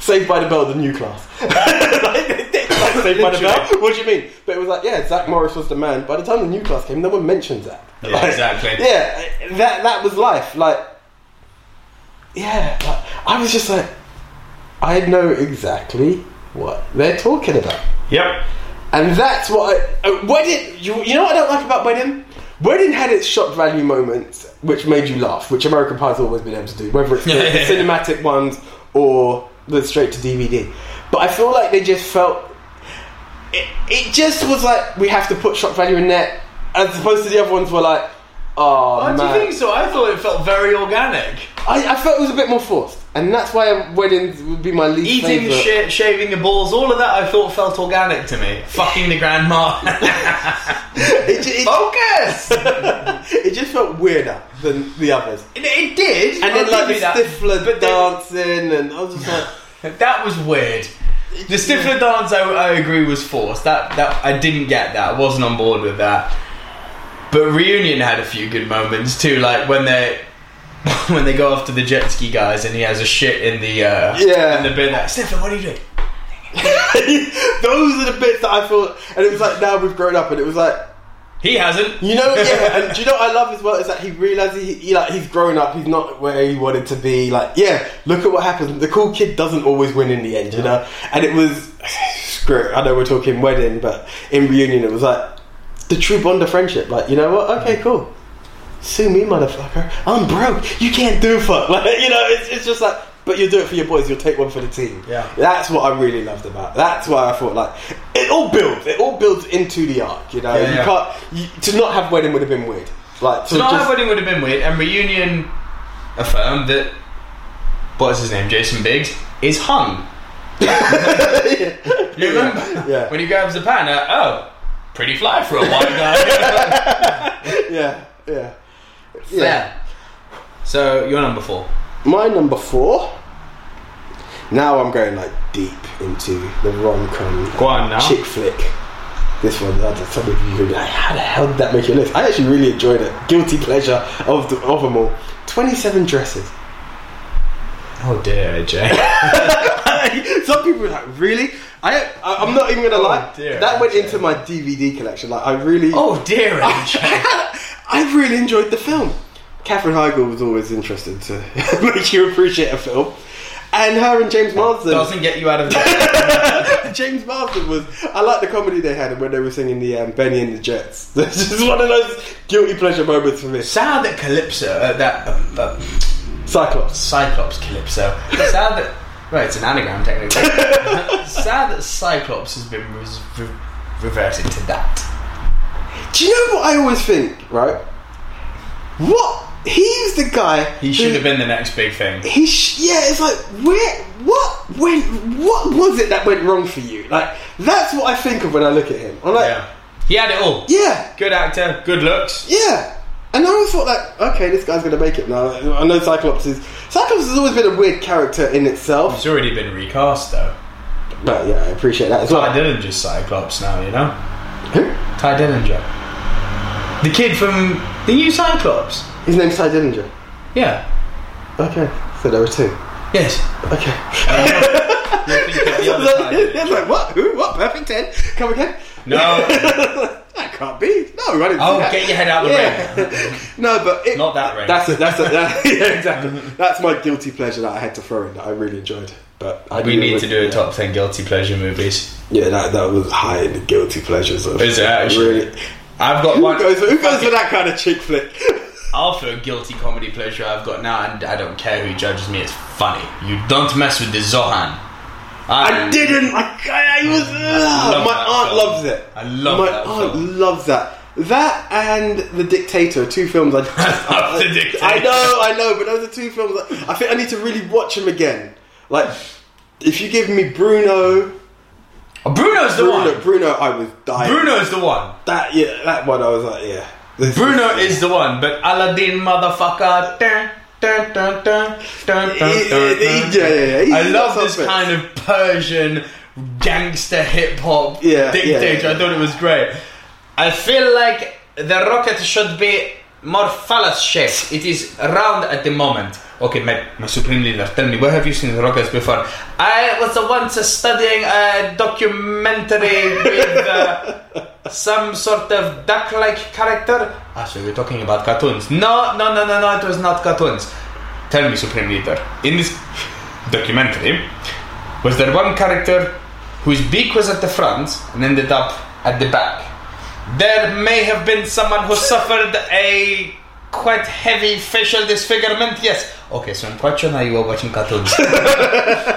Speaker 2: Saved by the Bell, the new class. Like, they- like, Saved by the Bell. What do you mean? But it was like, yeah, Zach Morris was the man. By the time the new class came, no one mentioned Zach.
Speaker 1: Yeah,
Speaker 2: Like,
Speaker 1: exactly.
Speaker 2: Yeah, that that was life. Like, yeah, like, I was just like, I know exactly what they're talking about.
Speaker 1: Yep.
Speaker 2: And that's what I, uh, Wedding. You, you know what I don't like about Wedding? Wedding had its shock value moments, which made you laugh, which American Pie's always been able to do, whether it's the
Speaker 1: Yeah.
Speaker 2: cinematic ones or the straight to DVD. But I feel like they just felt. It, it just was like we have to put shock value in there, as opposed to the other ones were like, oh
Speaker 1: Why do
Speaker 2: man.
Speaker 1: you think so? I thought it felt very organic.
Speaker 2: I, I felt it was a bit more forced, and that's why Weddings would be my least
Speaker 1: Eating, sh-
Speaker 2: favorite.
Speaker 1: shaving the balls, all of that I thought felt organic to me. Fucking the grandma.
Speaker 2: It, ju- it,
Speaker 1: Oh. Focus! it,
Speaker 2: it just felt weirder than the others.
Speaker 1: it did.
Speaker 2: And then
Speaker 1: I'll give
Speaker 2: like the
Speaker 1: you that.
Speaker 2: Stifler
Speaker 1: But then-
Speaker 2: dancing, and I was just like,
Speaker 1: That was weird. The Stifler dance, I, I agree, was forced. That that I didn't get that. I wasn't on board with that. But reunion had a few good moments too, like when they when they go after the jet ski guys and he has a shit in the uh,
Speaker 2: Yeah.
Speaker 1: in the bin. Like Stifler, what are you doing?
Speaker 2: those are the bits that I thought, and it was like now we've grown up, and it was like.
Speaker 1: He hasn't.
Speaker 2: You know, yeah, and do you know what I love as well is that he realizes he, he like he's grown up, he's not where he wanted to be. Like, yeah, look at what happens. The cool kid doesn't always win in the end, you know. And it was screw. It, I know we're talking wedding, but in reunion, it was like the true bond of friendship. Like, you know what?
Speaker 1: Mm.
Speaker 2: Okay, cool. Sue me, motherfucker. I'm broke. You can't do fuck. Like, you know, it's, it's just like. But you do it for your boys. You'll take one for the team.
Speaker 1: Yeah.
Speaker 2: that's what I really loved about. That's why I thought like it all builds. It all builds into the arc. You know,
Speaker 1: Yeah,
Speaker 2: you
Speaker 1: yeah.
Speaker 2: can't you, to not have wedding would have been weird. Like to
Speaker 1: So not
Speaker 2: just,
Speaker 1: wedding would have been weird. And reunion affirmed that what's his name, Jason Biggs, is hung. You remember
Speaker 2: Yeah.
Speaker 1: when he grabs the pan? Uh, oh, pretty fly for a white guy.
Speaker 2: yeah, yeah, yeah.
Speaker 1: Yeah. So you're number four.
Speaker 2: My number four. Now I'm going like deep into the rom com
Speaker 1: on now.
Speaker 2: chick flick. This one, I just, some of you are like, how the hell did that make your list? I actually really enjoyed it. Guilty pleasure of the, of them all. Twenty seven dresses.
Speaker 1: Oh dear, Jay.
Speaker 2: Some people are like, really? I, I I'm not even gonna lie.
Speaker 1: Oh, dear.
Speaker 2: that went into my DVD collection. Like I really.
Speaker 1: oh dear, Jay.
Speaker 2: I really enjoyed the film. Catherine Heigl was always interested to make you appreciate a film. And her and James Marsden.
Speaker 1: Doesn't get you out of the
Speaker 2: James Marsden was. I like the comedy they had when they were singing the um, Benny and the Jets. This is one of those guilty pleasure moments for me.
Speaker 1: Sad that Calypso, uh, that uh, uh,
Speaker 2: Cyclops.
Speaker 1: Cyclops Calypso. Sad that. Right, it's an anagram technically. Sad that Cyclops has been res- re- reverted to that.
Speaker 2: Do you know what I always think? Right. What he's the guy.
Speaker 1: He should have been the next big thing.
Speaker 2: He sh- yeah, it's like where what went what was it that went wrong for you? Like that's what I think of when I look at him. I'm like,
Speaker 1: Yeah. He had it all.
Speaker 2: yeah,
Speaker 1: Good actor, good looks.
Speaker 2: Yeah. And I always thought like, okay, this guy's gonna make it now. I know Cyclops is Cyclops has always been a weird character in itself.
Speaker 1: It's already been recast though.
Speaker 2: But yeah, I appreciate that as
Speaker 1: Ty
Speaker 2: well.
Speaker 1: Dillinger's Cyclops now, you know?
Speaker 2: Who?
Speaker 1: Ty Dillinger. The kid from the new Cyclops.
Speaker 2: His name's Ty Dillinger.
Speaker 1: Yeah.
Speaker 2: Okay, so there were two.
Speaker 1: Yes.
Speaker 2: Okay.
Speaker 6: You're thinking of the other Ty Dillinger.
Speaker 2: it's like what? Who? What? Perfect ten? Come again?
Speaker 6: No,
Speaker 2: That can't be. No, I didn't.
Speaker 1: Oh,
Speaker 2: see that.
Speaker 1: get your head out of the ring.
Speaker 2: no, but it,
Speaker 1: Not that ring.
Speaker 2: That's a, that's a, that, yeah, exactly. That's my guilty pleasure that I had to throw in that I really enjoyed. But I
Speaker 1: We
Speaker 2: knew it
Speaker 1: need
Speaker 2: was-
Speaker 1: to do
Speaker 2: yeah.
Speaker 1: a top 10 guilty pleasure movies.
Speaker 2: Yeah, that, that was high in the guilty pleasures. Of,
Speaker 1: Is it actually?
Speaker 2: Really,
Speaker 1: I've got
Speaker 2: who
Speaker 1: one.
Speaker 2: goes, who goes for that kind of chick flick?
Speaker 1: I'll throw a guilty comedy pleasure I've got now, and I don't care who judges me. It's funny. You don't mess with the Zohan.
Speaker 2: I didn't. I, I was. ugh.
Speaker 1: love
Speaker 2: my
Speaker 1: that
Speaker 2: aunt
Speaker 1: film.
Speaker 2: loves it.
Speaker 1: I love
Speaker 2: my
Speaker 1: that
Speaker 2: aunt
Speaker 1: film.
Speaker 2: loves that. That and The Dictator, two films I just.
Speaker 1: love The Dictator.
Speaker 2: I know, I know, but those are two films. I, I think I need to really watch them again. Like, if you give me Bruno,
Speaker 1: Oh, Bruno's the
Speaker 2: Bruno,
Speaker 1: one.
Speaker 2: Bruno, I was dying.
Speaker 1: Bruno's the one.
Speaker 2: that yeah, that one I was like, yeah. This
Speaker 1: Bruno is the one, but Aladdin, motherfucker. Dun, dun, dun, dun, dun, dun,
Speaker 2: Yeah,
Speaker 1: dun, dun.
Speaker 2: yeah, yeah, yeah.
Speaker 1: I
Speaker 2: He's
Speaker 1: love
Speaker 2: got
Speaker 1: this
Speaker 2: something.
Speaker 1: kind of Persian gangster hip hop
Speaker 2: Yeah,
Speaker 1: dictator.
Speaker 2: yeah, yeah.
Speaker 1: I thought it was great. I feel like the rocket should be more phallus shaped. It is round at the moment. Okay, my, my supreme leader, tell me, where have you seen the rockets before? I was once studying a documentary with uh, some sort of duck like character. Ah, so you're talking about cartoons. No, no, no, no, no, it was not cartoons. Tell me, Supreme Leader, in this documentary, was there one character whose beak was at the front and ended up at the back? There may have been someone who suffered a quite heavy facial disfigurement, yes. Okay, so I'm quite sure now you were watching cartoons.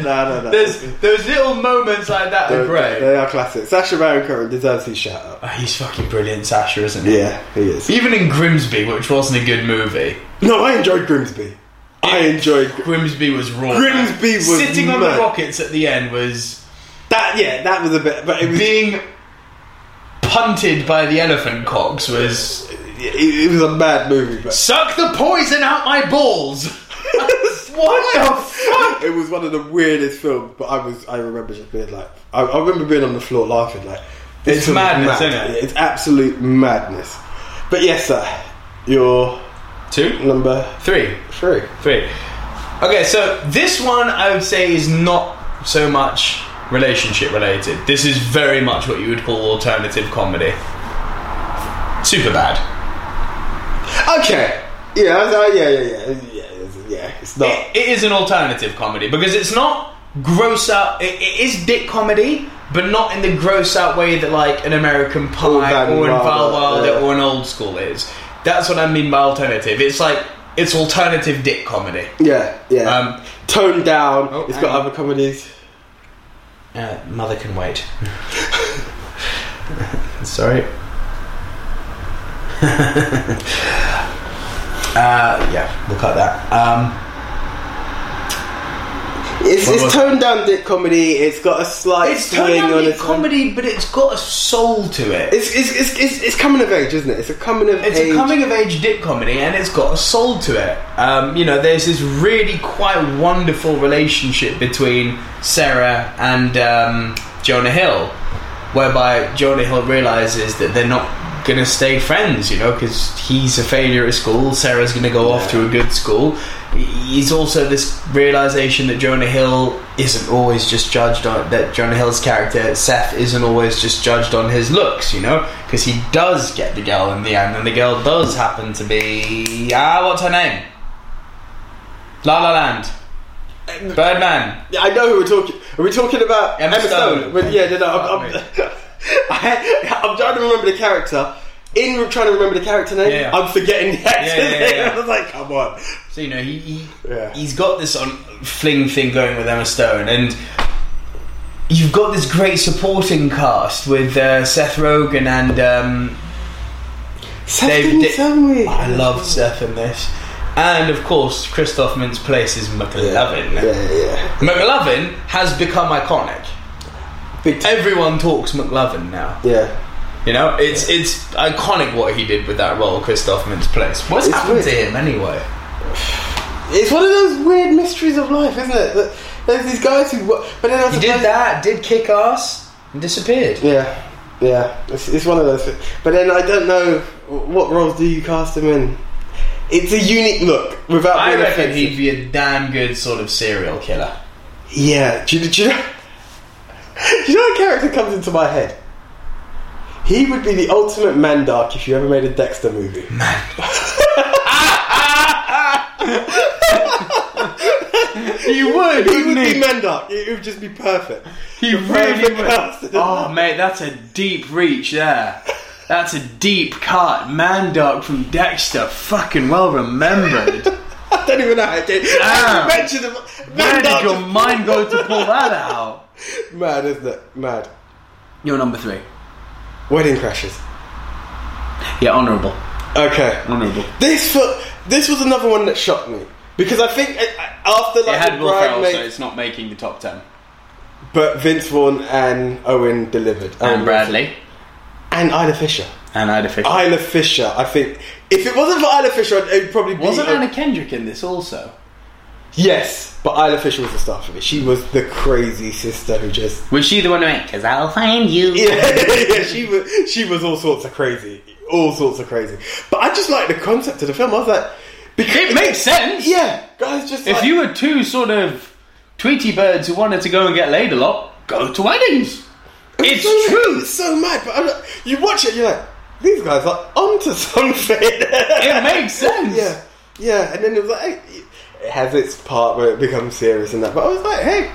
Speaker 2: No, no, no.
Speaker 1: There's those little moments like that
Speaker 2: They're-
Speaker 1: are great.
Speaker 2: They are classic. Sasha Baron Cohen deserves his shout out.
Speaker 1: Oh, he's fucking brilliant, Sasha, isn't he?
Speaker 2: Yeah, he is.
Speaker 1: Even in Grimsby, which wasn't a good movie,
Speaker 2: No, I enjoyed Grimsby. I enjoyed
Speaker 1: Grimsby was raw.
Speaker 2: Grimsby was
Speaker 1: sitting on
Speaker 2: mad.
Speaker 1: the rockets at the end was
Speaker 2: that. Yeah, that was a bit, but it was it,
Speaker 1: being punted by the elephant cogs was
Speaker 2: it was a mad movie. But
Speaker 1: suck the poison out my balls. what the fuck?
Speaker 2: it was one of the weirdest films. But I was, I remember just being like, I, I remember being on the floor laughing like, this
Speaker 1: It's
Speaker 2: film is
Speaker 1: madness,
Speaker 2: mad.
Speaker 1: innit?
Speaker 2: Yeah, It's absolute madness. But yes, sir, your
Speaker 1: Two,
Speaker 2: number
Speaker 1: three,
Speaker 2: three.
Speaker 1: three. Okay, so this one I would say is not so much relationship related. This is very much what you would call alternative comedy. Super bad.
Speaker 2: Okay. Yeah, I was, uh, yeah, yeah, yeah, yeah, it's- yeah. It's not.
Speaker 1: It, it is an alternative comedy because it's not gross out. It, it is dick comedy, but not in the gross out way that like an American Pie
Speaker 2: Van
Speaker 1: or in Val
Speaker 2: Wilder,
Speaker 1: Wilder
Speaker 2: yeah.
Speaker 1: or an old school is. That's what I mean by alternative. It's like it's alternative dick comedy.
Speaker 2: yeah, yeah.
Speaker 1: Um,
Speaker 2: Toned down.
Speaker 1: Oh,
Speaker 2: it's got
Speaker 1: hang on.
Speaker 2: other comedies.
Speaker 1: uh, mother can wait. Sorry. uh, yeah, we'll cut that. Um,
Speaker 2: It's,
Speaker 1: What
Speaker 2: it's
Speaker 1: was-
Speaker 2: toned down dick comedy. It's got a slight
Speaker 1: it's
Speaker 2: swing on
Speaker 1: totally
Speaker 2: its own.
Speaker 1: comedy, but it's got a soul to it.
Speaker 2: It's, it's, it's, it's, it's coming of age, isn't it? It's a coming of
Speaker 1: It's
Speaker 2: age.
Speaker 1: a coming of age dick comedy, and it's got a soul to it. Um, you know, there's this really quite wonderful relationship between Sarah and um, Jonah Hill, whereby Jonah Hill realizes that they're not gonna stay friends. You know, because he's a failure at school. Sarah's gonna go off to a good school. He's also this realization that Jonah Hill isn't always just judged on that Jonah Hill's character Seth isn't always just judged on his looks, you know, because he does get the girl in the end, and the girl does happen to be ah, what's her name? La La Land, Birdman.
Speaker 2: Yeah, I know who we're talking. Are we talking about
Speaker 1: Emma
Speaker 2: Emma Stone?
Speaker 1: Stone.
Speaker 2: But yeah, no, no, I'm, I'm, I, am trying to remember the character. In trying to remember the character name,
Speaker 1: Yeah, yeah.
Speaker 2: I'm forgetting the actor's
Speaker 1: yeah, yeah,
Speaker 2: name.
Speaker 1: yeah.
Speaker 2: I was like, come on.
Speaker 1: So you know he, he
Speaker 2: Yeah.
Speaker 1: he's got this on fling thing going with Emma Stone, and you've got this great supporting cast with uh, Seth Rogen and um,
Speaker 2: Something
Speaker 1: David-
Speaker 2: somewhere.
Speaker 1: I love Seth in this, and of course Christoph Mintz places McLovin.
Speaker 2: Yeah, yeah, yeah.
Speaker 1: McLovin has become iconic.
Speaker 2: Big time.
Speaker 1: Everyone talks McLovin now.
Speaker 2: Yeah.
Speaker 5: You know, it's it's iconic what he did with that role, Christoph Mintz Place. What's
Speaker 2: It's
Speaker 5: happened
Speaker 2: weird.
Speaker 5: to him anyway?
Speaker 2: It's one of those weird mysteries of life, isn't it? That there's these guys who, wo- but then I
Speaker 5: He
Speaker 2: suppose-
Speaker 5: did that, did kick ass, and disappeared.
Speaker 2: Yeah, yeah. It's, it's one of those. Things. But then I don't know what roles do you cast him in. It's a unique look without.
Speaker 5: I
Speaker 2: being
Speaker 5: reckon
Speaker 2: offensive.
Speaker 5: he'd be a damn good sort of serial killer.
Speaker 2: Yeah. Do you, do you know? Do you know a character comes into my head? He would be the ultimate Mandark if you ever made a Dexter movie.
Speaker 1: You would,
Speaker 2: he would
Speaker 1: wouldn't
Speaker 2: be
Speaker 1: he?
Speaker 2: Mandark. It would just be perfect.
Speaker 1: He really
Speaker 2: Perfect
Speaker 1: would.
Speaker 2: cast.
Speaker 1: Oh, mate, that's a deep reach there. That's a deep cut. Mandark from Dexter. Fucking well remembered.
Speaker 2: I don't even know how to get
Speaker 1: Damn.
Speaker 2: mention of
Speaker 1: Where did
Speaker 2: Mandark.
Speaker 1: your mind go to pull that out?
Speaker 2: Mad, isn't it? Mad.
Speaker 1: You're number three.
Speaker 2: Wedding crashes.
Speaker 1: Yeah, honourable.
Speaker 2: Okay.
Speaker 1: Honourable.
Speaker 2: This fo- this was another one that shocked me because I think uh, uh, after
Speaker 1: It
Speaker 2: like
Speaker 1: had
Speaker 2: the
Speaker 1: Will Ferrell,
Speaker 2: bridesmaid,
Speaker 1: so it's not making the top ten.
Speaker 2: but Vince Vaughn and Owen delivered,
Speaker 1: And
Speaker 2: Owen
Speaker 1: Bradley.
Speaker 2: Wilson. and Isla Fisher.
Speaker 1: And Ida Fisher.
Speaker 2: Isla Fisher, I think if it wasn't for Isla Fisher, I'd, it'd probably be
Speaker 1: Wasn't
Speaker 2: uh,
Speaker 1: Anna Kendrick in this also?
Speaker 2: yes, but Isla Fisher was the star for me. She was the crazy sister who just
Speaker 1: Was she the one who went, Cause I'll find you.
Speaker 2: yeah, yeah she was she was all sorts of crazy, all sorts of crazy. But I just like the concept of the film. I was like, because
Speaker 1: It makes sense.
Speaker 2: Yeah, guys, just
Speaker 1: If
Speaker 2: like-
Speaker 1: you were two sort of Tweety birds who wanted to go and get laid a lot, go to weddings. It's
Speaker 2: so,
Speaker 1: true.
Speaker 2: It's so mad, but I'm like, you watch it, you're like, these guys are onto something.
Speaker 1: It makes sense.
Speaker 2: yeah, yeah, and then it was like, hey, it has its part where it becomes serious and that. But I was like, hey,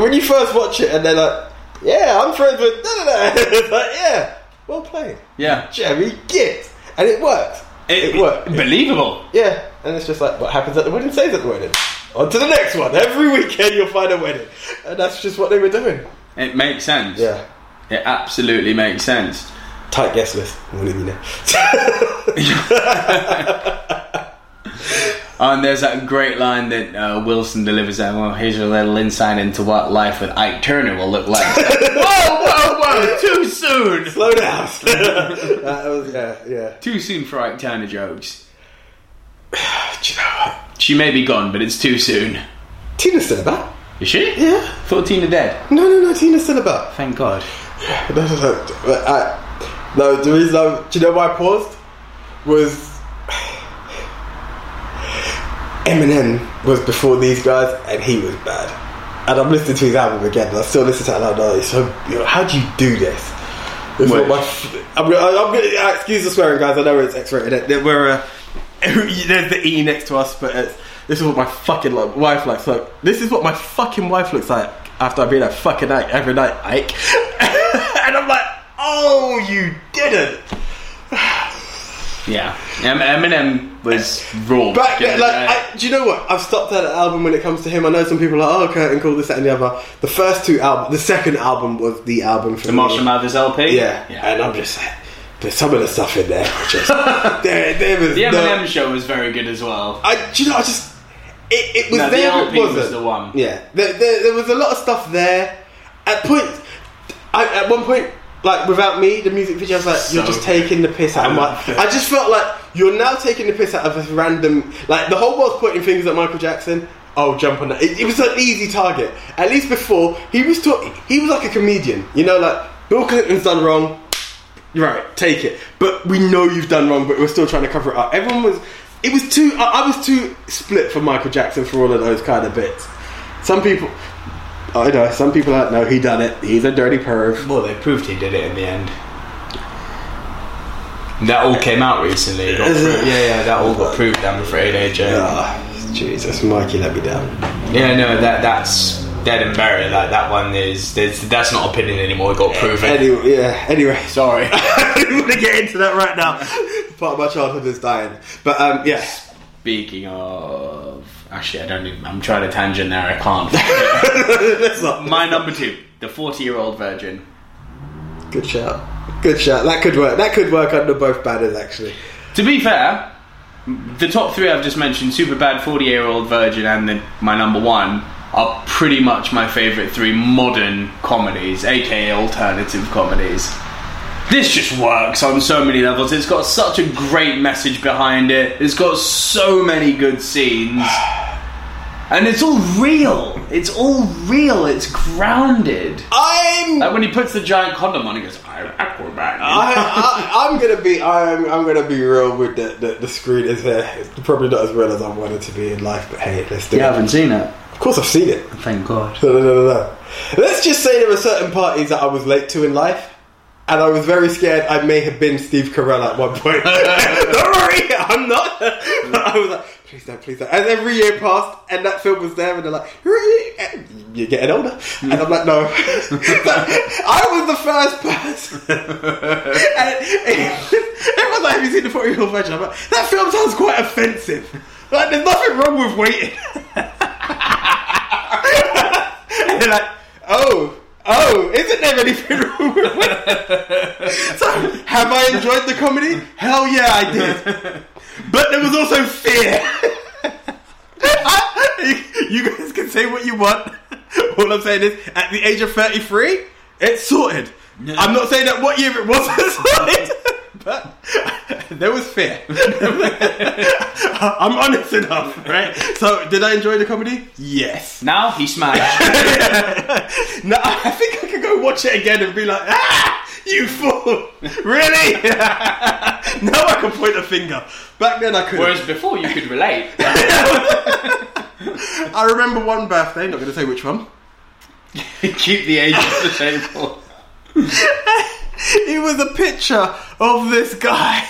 Speaker 2: when you first watch it, and they're like, yeah, I'm friends with da da da. It's like, yeah, well played,
Speaker 1: Yeah.
Speaker 2: Jerry Gitt, and it worked. It, worked.
Speaker 1: Believable.
Speaker 2: Yeah, and it's just like what happens at the wedding stays at the wedding. On to the next one. Every weekend you'll find a wedding, and that's just what they were doing.
Speaker 1: It makes sense.
Speaker 2: Yeah,
Speaker 1: It absolutely makes sense.
Speaker 2: tight guest list. Wouldn't you know?
Speaker 1: And there's that great line that uh, Wilson delivers there. Well, here's a little insight into what life with Ike Turner will look like. whoa, whoa, whoa! Too soon.
Speaker 2: Slow down. Uh, that was, yeah, yeah.
Speaker 1: Too soon for Ike Turner jokes.
Speaker 2: Do you know what?
Speaker 1: She may be gone, but it's too soon.
Speaker 2: Tina's still about.
Speaker 1: Is she?
Speaker 2: Yeah.
Speaker 1: Fourteen are dead.
Speaker 2: No, no, no. Tina's still about.
Speaker 1: Thank God.
Speaker 2: No, no, no. But I, no, the reason I, do you know why I paused was Eminem was before these guys, and he was bad. And I'm listening to his album again, and I still listen to it. And I'm like, so you know, how do you do this? It's
Speaker 1: Wait.
Speaker 2: what my, f- I'm, gonna- I'm gonna excuse the swearing, guys. I know it's X-rated. There- We're uh, there's the E next to us, but it's, this is what my fucking lo- wife looks like. This is what my fucking wife looks like after I've been at fucking Ike every night, Ike. and I'm like, oh, you didn't.
Speaker 1: Yeah. Em- Eminem was raw.
Speaker 2: But
Speaker 1: Yeah,
Speaker 2: like, I, do you know what? I've stopped at an album when it comes to him. I know some people are like, oh, Curtin called this, that, and the other. The first two album, the second album was the album for
Speaker 1: the
Speaker 2: me.
Speaker 1: Marshall Mathers LP.
Speaker 2: Yeah. and I'm just like, there's some of the stuff in there. I Just there, there was
Speaker 1: The
Speaker 2: no-
Speaker 1: Eminem show was very good as well.
Speaker 2: I, do you know? I just it, it was
Speaker 1: No, the
Speaker 2: there. but
Speaker 1: LP
Speaker 2: it
Speaker 1: was
Speaker 2: wasn't.
Speaker 1: the one.
Speaker 2: Yeah, there, there, there was a lot of stuff there. At point, I, at one point, like without me, the music video I was like, "You're
Speaker 1: So
Speaker 2: just taking the piss out of
Speaker 1: good.
Speaker 2: my." I just felt like you're now taking the piss out of this random. Like the whole world's pointing fingers at Michael Jackson. Oh, jump on that! It, it was an easy target. At least before he was talking, he was like a comedian. You know, like Bill Clinton's done wrong. Right, take it. But we know you've done wrong, but we're still trying to cover it up. Everyone was, it was too. I, I was too split for Michael Jackson for all of those kind of bits. Some people, I know. Some people don't know he done it. He's a dirty perv.
Speaker 5: Well, they proved he did it in the end. That all came out recently. it got
Speaker 2: Is it?
Speaker 5: proved. Yeah, yeah, that all got proved. I'm afraid, AJ.
Speaker 2: Ah, Jesus, Mikey, let me down.
Speaker 5: Yeah, no, that that's dead and buried. Like that one is, there's, that's not opinion anymore. It got proven.
Speaker 2: Anyway, yeah. Anyway, so
Speaker 5: Sorry.
Speaker 2: I didn't want to get into that right now. Part of my childhood is dying. But um, yeah.
Speaker 1: Speaking of, actually, I don't. Even, I'm trying to tangent there. I can't.
Speaker 2: Let's not.
Speaker 1: My number two, the 40 year old virgin.
Speaker 2: Good shout. Good shout. That could work. That could work under both banners, actually.
Speaker 1: To be fair, the top three I've just mentioned, Superbad, 40 year old virgin, and then my number one, are pretty much my favourite three modern comedies, aka alternative comedies. this just works on so many levels. It's got such a great message behind it. It's got so many good scenes. And it's all real. It's all real. It's grounded.
Speaker 2: I'm
Speaker 1: Like when he puts the giant condom on, he goes, I'm Aquaman.
Speaker 2: I, I, I'm gonna be I'm, I'm gonna be real with the, the the screen is here. It's probably not as real as I wanted to be in life, but hey, let's do
Speaker 5: You
Speaker 2: it.
Speaker 5: haven't seen it.
Speaker 2: Of course, I've seen it.
Speaker 5: Thank God.
Speaker 2: No, no, no, no, no. Let's just say there were certain parties that I was late to in life, and I was very scared I may have been Steve Carell at one point. don't worry, I'm not. I was like, please don't, please don't. As every year passed, and that film was there, and they're like, "Who are you? you're getting older, and I'm like, no. So, I was the first person, and it- everyone's like, "Have you seen the 40 year old version?" I'm like, that film sounds quite offensive. Like, there's nothing wrong with waiting. And they're like, oh, oh, isn't there anything wrong with it? So, have I enjoyed the comedy? Hell yeah, I did. But there was also fear. you guys can say what you want. All I'm saying is, at the age of 33, it's sorted. I'm not saying that what year it was sorted, but there was fear. I'm honest enough, right? So, did I enjoy the comedy? Yes.
Speaker 1: now he smashed.
Speaker 2: No, I think I could go watch it again and be like, ah, you fool! Really? now I can point a finger. Back then I couldn't.
Speaker 1: Whereas before, you could relate.
Speaker 2: I remember one birthday, not going to say which one.
Speaker 1: Keep the ages the table.
Speaker 2: It was a picture of this guy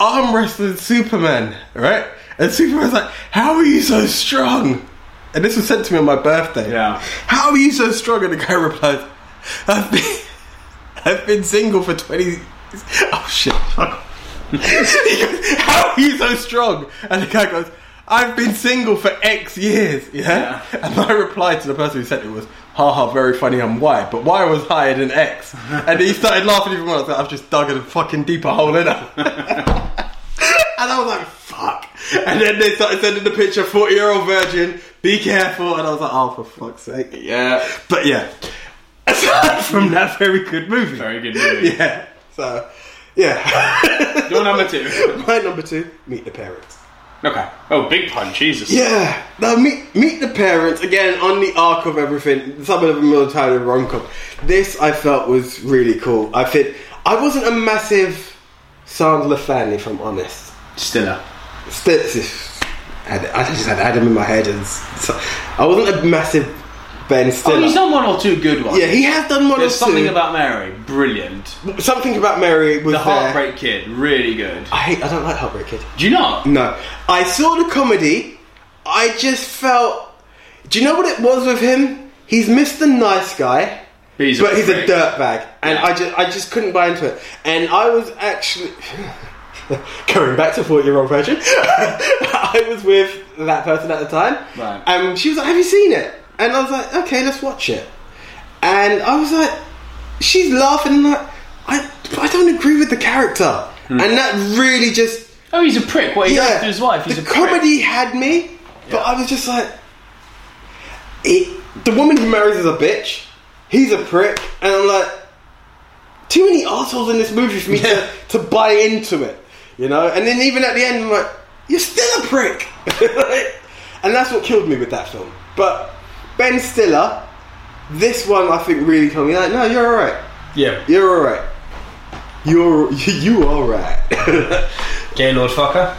Speaker 2: arm wrestling Superman, right? And Superman's like, how are you so strong? And this was sent to me on my birthday.
Speaker 1: Yeah.
Speaker 2: How are you so strong? And the guy replies, I've been, I've been single for 20. Oh shit. fuck off. He goes, How are you so strong? And the guy goes, I've been single for X years. Yeah? And my reply to the person who sent it was, haha, very funny, I'm Y, but Y was higher than X. And he started laughing even more. I was like, I've just dug a fucking deeper hole in And I was like, fuck. And then they started sending the picture, 40 year old virgin, be careful. And I was like, oh, for fuck's sake.
Speaker 1: Yeah.
Speaker 2: But yeah, aside from that, very good movie.
Speaker 1: Very good movie.
Speaker 2: Yeah. So, yeah.
Speaker 1: Your number two.
Speaker 2: My number two, Meet the Parents.
Speaker 1: Okay. Oh, big pun, Jesus.
Speaker 2: Yeah. Now, meet, meet the Parents, again, on the arc of everything, some of them are tied with rom com. This I felt was really cool. I think I wasn't a massive Sandler fan, if I'm honest.
Speaker 1: Stiller.
Speaker 2: Still, I I just had Adam in my head, and so, I wasn't a massive Ben Stiller.
Speaker 1: Oh, he's done one or two good ones.
Speaker 2: yeah, he has done one or two.
Speaker 1: There's something about Mary. Brilliant.
Speaker 2: Something about Mary was
Speaker 1: The
Speaker 2: there.
Speaker 1: Heartbreak Kid. Really good.
Speaker 2: I hate. I don't like Heartbreak Kid.
Speaker 1: Do you not?
Speaker 2: No, I saw the comedy. I just felt. Do you know what it was with him? He's Mr. Nice Guy,
Speaker 1: He's
Speaker 2: but he's a
Speaker 1: prick.
Speaker 2: dirtbag, and
Speaker 1: Yeah.
Speaker 2: I just, I just couldn't buy into it. And I was actually going back to forty-year-old version. I was with that person at the time,
Speaker 1: Right.
Speaker 2: and she was like, "Have you seen it?" And I was like, "Okay, let's watch it." And I was like, "She's laughing." And I'm like, I, I don't agree with the character,
Speaker 1: Hmm.
Speaker 2: and that really just
Speaker 1: Oh, he's a prick. What he does to his wife, he's
Speaker 2: the
Speaker 1: a prick.
Speaker 2: comedy had me, but I was just like, it, the woman he marries is a bitch. He's a prick, and I'm like, too many assholes in this movie for me to, to buy into it, you know. And then even at the end, I'm like, you're still a prick, and that's what killed me with that film. But Ben Stiller, this one I think really told me like, no, you're all right,
Speaker 5: Yeah.
Speaker 2: you're all right, you're you all right.
Speaker 5: Gaylord fucker.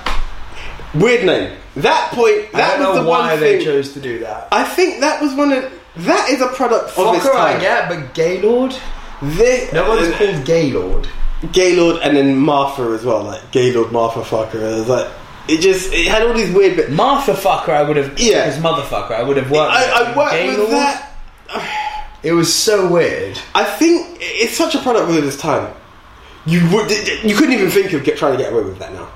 Speaker 2: Weird name. That point. That
Speaker 5: I don't
Speaker 2: was
Speaker 5: know
Speaker 2: the
Speaker 5: why
Speaker 2: one
Speaker 5: they
Speaker 2: thing.
Speaker 5: chose to do that.
Speaker 2: I think that was one of. That is a product of this
Speaker 5: Fucker, I
Speaker 2: time.
Speaker 5: get, but Gaylord?
Speaker 2: This,
Speaker 5: No one's called Gaylord.
Speaker 2: Gaylord and then Martha as well. Like Gaylord, Martha, fucker. It was like it just it had all these weird. Bit.
Speaker 5: Martha fucker, I would have.
Speaker 2: Yeah.
Speaker 5: His motherfucker, I would have worked
Speaker 2: I,
Speaker 5: with.
Speaker 2: I worked with
Speaker 5: Gaylord?
Speaker 2: that.
Speaker 5: It was so weird.
Speaker 2: I think it's such a product of this time. You would you couldn't even think of get, trying to get away with that now.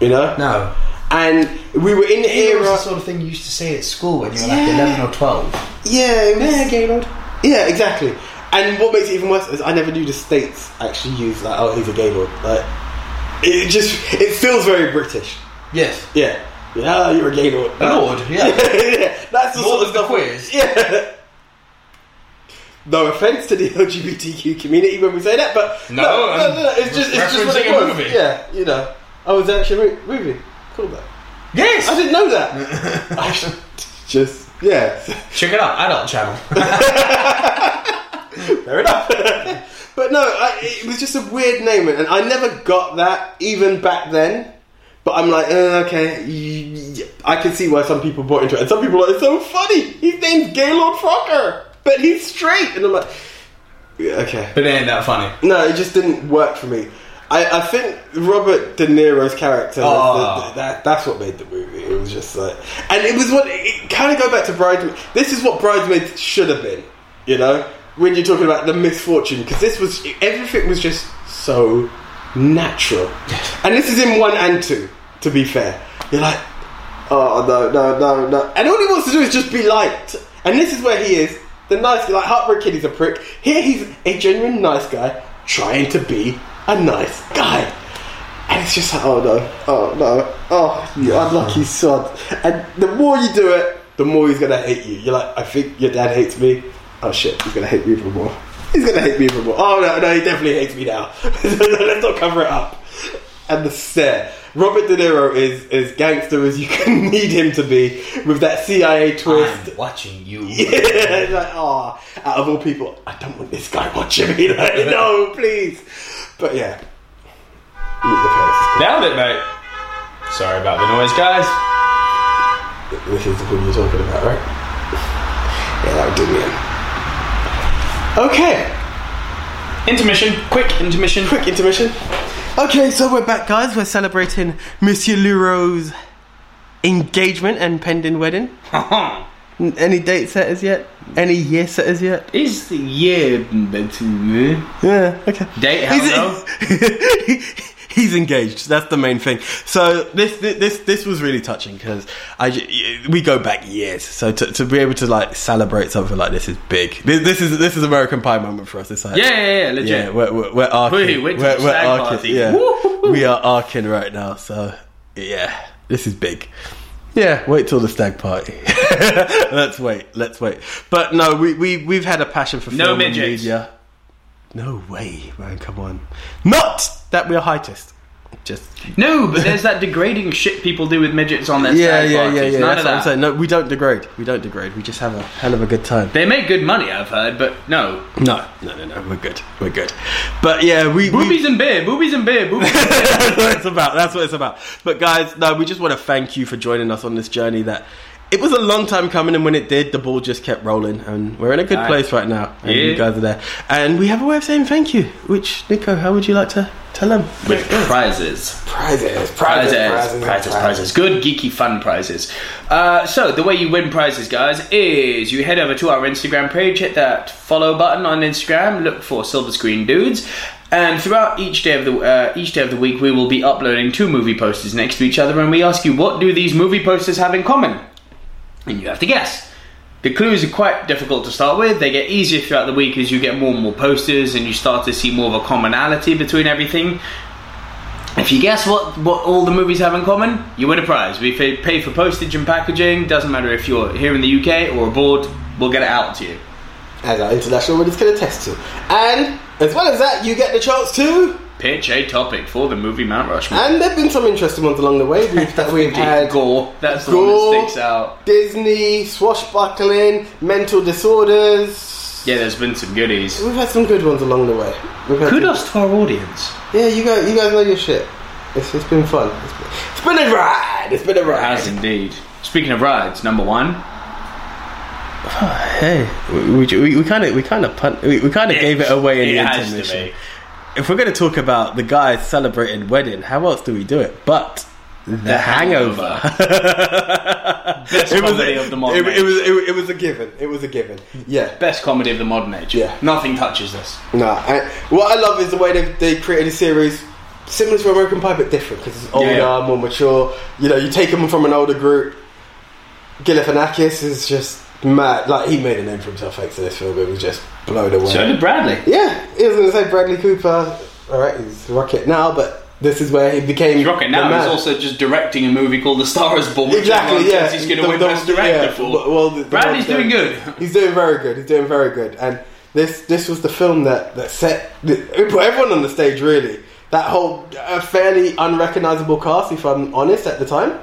Speaker 2: You know.
Speaker 5: No.
Speaker 2: And we were in the
Speaker 5: It was the
Speaker 2: era.
Speaker 5: sort of thing you used to say at school when you were like
Speaker 2: Yeah.
Speaker 5: 11 or 12.
Speaker 2: Yeah. It was,
Speaker 5: Gaylord.
Speaker 2: Yeah, exactly. And what makes it even worse is I never knew the states actually use like, oh, he's a gay lord. Like, it just it feels very British.
Speaker 5: Yes.
Speaker 2: Yeah. Yeah, oh, you're a gay lord.
Speaker 5: Lord, yeah.
Speaker 2: yeah. That's the
Speaker 5: Lord
Speaker 2: sort of
Speaker 5: of the
Speaker 2: stuff.
Speaker 5: queers.
Speaker 2: Yeah. No offense to the LGBTQ community when we say that, but
Speaker 1: No,
Speaker 2: no, no, no, no,
Speaker 1: I'm
Speaker 2: it's just it's just what it
Speaker 1: referencing a
Speaker 2: was.
Speaker 1: movie.
Speaker 2: Yeah, you know. I was actually a mo- movie. Cool that.
Speaker 5: Yes!
Speaker 2: I didn't know that. I should just yeah.
Speaker 5: Check it out, Adult Channel.
Speaker 2: Fair enough. but no, I, it was just a weird name, and I never got that even back then. But I'm like, uh, okay, y- y- I can see why some people bought into it, and some people are like, it's so funny. His name's Gaylord Fokker, but he's straight, and I'm like, yeah, okay.
Speaker 5: But it ain't that funny.
Speaker 2: No, it just didn't work for me. I, I think Robert De Niro's character, was the- the- that, that's what made the movie. It was just like, and it was what it kind of go back to bridesmaids. This is what bridesmaids should have been, you know, when you're talking about the misfortune, because this was everything was just so natural, and this is in one and two. To be fair, you're like, oh no, no, no, no, and all he wants to do is just be liked, and this is where he is. The nice, like Heartbreak Kid, is a prick. Here, he's a genuine nice guy trying to be a nice guy. And it's just like, oh no, oh no, oh, you unlucky sod. And the more you do it, the more he's gonna hate you. You're like, I think your dad hates me. Oh shit, he's gonna hate me even more. He's gonna hate me even more. Oh no, no, he definitely hates me now. Let's not cover it up. And the stare. Robert De Niro is as gangster as you can need him to be with that CIA twist.
Speaker 5: I'm watching you.
Speaker 2: Yeah, like, oh, out of all people, I don't want this guy watching me. Like, no, please. But yeah. Meet the parents.
Speaker 1: Nailed it, mate. Sorry about the noise, guys.
Speaker 2: This is the film you're talking about, right? Yeah, that would do me in. Okay,
Speaker 1: Intermission, quick intermission.
Speaker 2: quick intermission.
Speaker 3: Okay, so we're back, guys. We're celebrating Monsieur Luro's engagement and pending wedding. N- Any date set as yet? Any year set as yet?
Speaker 1: Is the year better?
Speaker 3: Yeah, okay.
Speaker 1: Date
Speaker 3: He's,
Speaker 1: hello.
Speaker 3: he's engaged. That's the main thing. So this this this was really touching because I j- we go back years. So to, to be able to like celebrate something like this is big. This, this is this is American Pie moment for us. It's like
Speaker 1: Yeah, yeah, yeah, legit.
Speaker 3: yeah, we're we're, we're arcing.
Speaker 1: We went to the stag party.
Speaker 3: Yeah,
Speaker 1: Woo-hoo-hoo.
Speaker 3: we are arcing right now. So yeah, this is big. Yeah, wait till the stag party. let's wait. Let's wait. But no, we we we've had a passion for
Speaker 1: No
Speaker 3: film and
Speaker 1: midgets.
Speaker 3: media. No way, man! Come on, not that we're heightist. Just
Speaker 1: No, but there's that degrading shit people do with midgets on their
Speaker 3: yeah,
Speaker 1: stag
Speaker 3: yeah,
Speaker 1: parties.
Speaker 3: yeah, yeah.
Speaker 1: None
Speaker 3: That's
Speaker 1: of
Speaker 3: what I'm
Speaker 1: that.
Speaker 3: saying. No, we don't degrade. We don't degrade. We just have a hell of a good time.
Speaker 1: They make good money, I've heard, but no.
Speaker 3: No, no, no, no. We're good. We're good. But yeah, we. we
Speaker 1: Boobies and beer, boobies and beer, boobies. and beer.
Speaker 3: that's what it's about. That's what it's about. But guys, no, we just want to thank you for joining us on this journey. That it was a long time coming, and when it did, the ball just kept rolling, and we're in a good
Speaker 1: Aye.
Speaker 3: place right now. And
Speaker 1: Yeah.
Speaker 3: you guys are there, and we have a way of saying thank you. Which Nico, how would you like to tell them?
Speaker 1: With prizes.
Speaker 2: Prizes, prizes,
Speaker 1: prizes, prizes, prizes. Good geeky fun prizes. Uh, so the way you win prizes, guys, is you head over to our Instagram page, hit that follow button on Instagram, look for Silver Screen Dudes, and throughout each day of the uh, each day of the week, we will be uploading two movie posters next to each other, and we ask you what do these movie posters have in common, and you have to guess. The clues are quite difficult to start with. They get easier throughout the week as you get more and more posters, and you start to see more of a commonality between everything. If you guess what, what all the movies have in common, you win a prize. We pay, pay for postage and packaging. Doesn't matter if you're here in the UK or abroad. We'll get it out to you.
Speaker 2: As our international winners can attest to. And as well as that, you get the chance to.
Speaker 1: Pitch a topic for the movie Mount Rushmore.
Speaker 2: And there've been some interesting ones along the way. We've, that we've had
Speaker 1: gore. That's the
Speaker 2: gore,
Speaker 1: one that sticks out.
Speaker 2: Disney, swashbuckling, mental disorders.
Speaker 1: Yeah, there's been some goodies.
Speaker 2: We've had some good ones along the way. We've had some-
Speaker 1: Kudos to our audience.
Speaker 2: Yeah, you guys, you guys know your shit. It's, it's been fun. It's been, it's been a ride. It's been a
Speaker 1: It has
Speaker 2: ride.
Speaker 1: indeed. Speaking of rides, number one.
Speaker 3: Hey, we we- we kind of we kind of punt we, we kind of gave it away in
Speaker 1: It
Speaker 3: the
Speaker 1: has to
Speaker 3: intermission.
Speaker 1: be.
Speaker 3: If we're going to talk about the guy's celebrated wedding, how else do we do it? But the, hangover.
Speaker 1: Best comedy of the modern
Speaker 2: It,
Speaker 1: age.
Speaker 2: it was it, it was a given. It was a given. Yeah.
Speaker 1: Best comedy of the modern age.
Speaker 2: Yeah.
Speaker 1: Nothing touches this.
Speaker 2: Nah. I, what I love is the way they they created a series similar to American Pie but different because it's older,
Speaker 1: Yeah.
Speaker 2: more mature. You know, you take them from an older group. Galifianakis is just mad. Like he made a name for himself thanks to this film. It was just blown away.
Speaker 1: So did Bradley.
Speaker 2: Yeah, he was going to say Bradley Cooper. All right, he's rocket now, but this is where he became.
Speaker 1: He's rocking now.
Speaker 2: the man.
Speaker 1: He's also just directing a movie called The Star Is Born. which
Speaker 2: Exactly,
Speaker 1: everyone
Speaker 2: yeah.
Speaker 1: says He's going to
Speaker 2: The-
Speaker 1: win
Speaker 2: the-
Speaker 1: Best Director
Speaker 2: yeah,
Speaker 1: for.
Speaker 2: well, the- the
Speaker 1: Bradley's
Speaker 2: one-
Speaker 1: doing good.
Speaker 2: He's doing very good. He's doing very good. And This this was the film that that set that, it put everyone on the stage really. That whole a fairly unrecognizable cast, if I'm honest, at the time.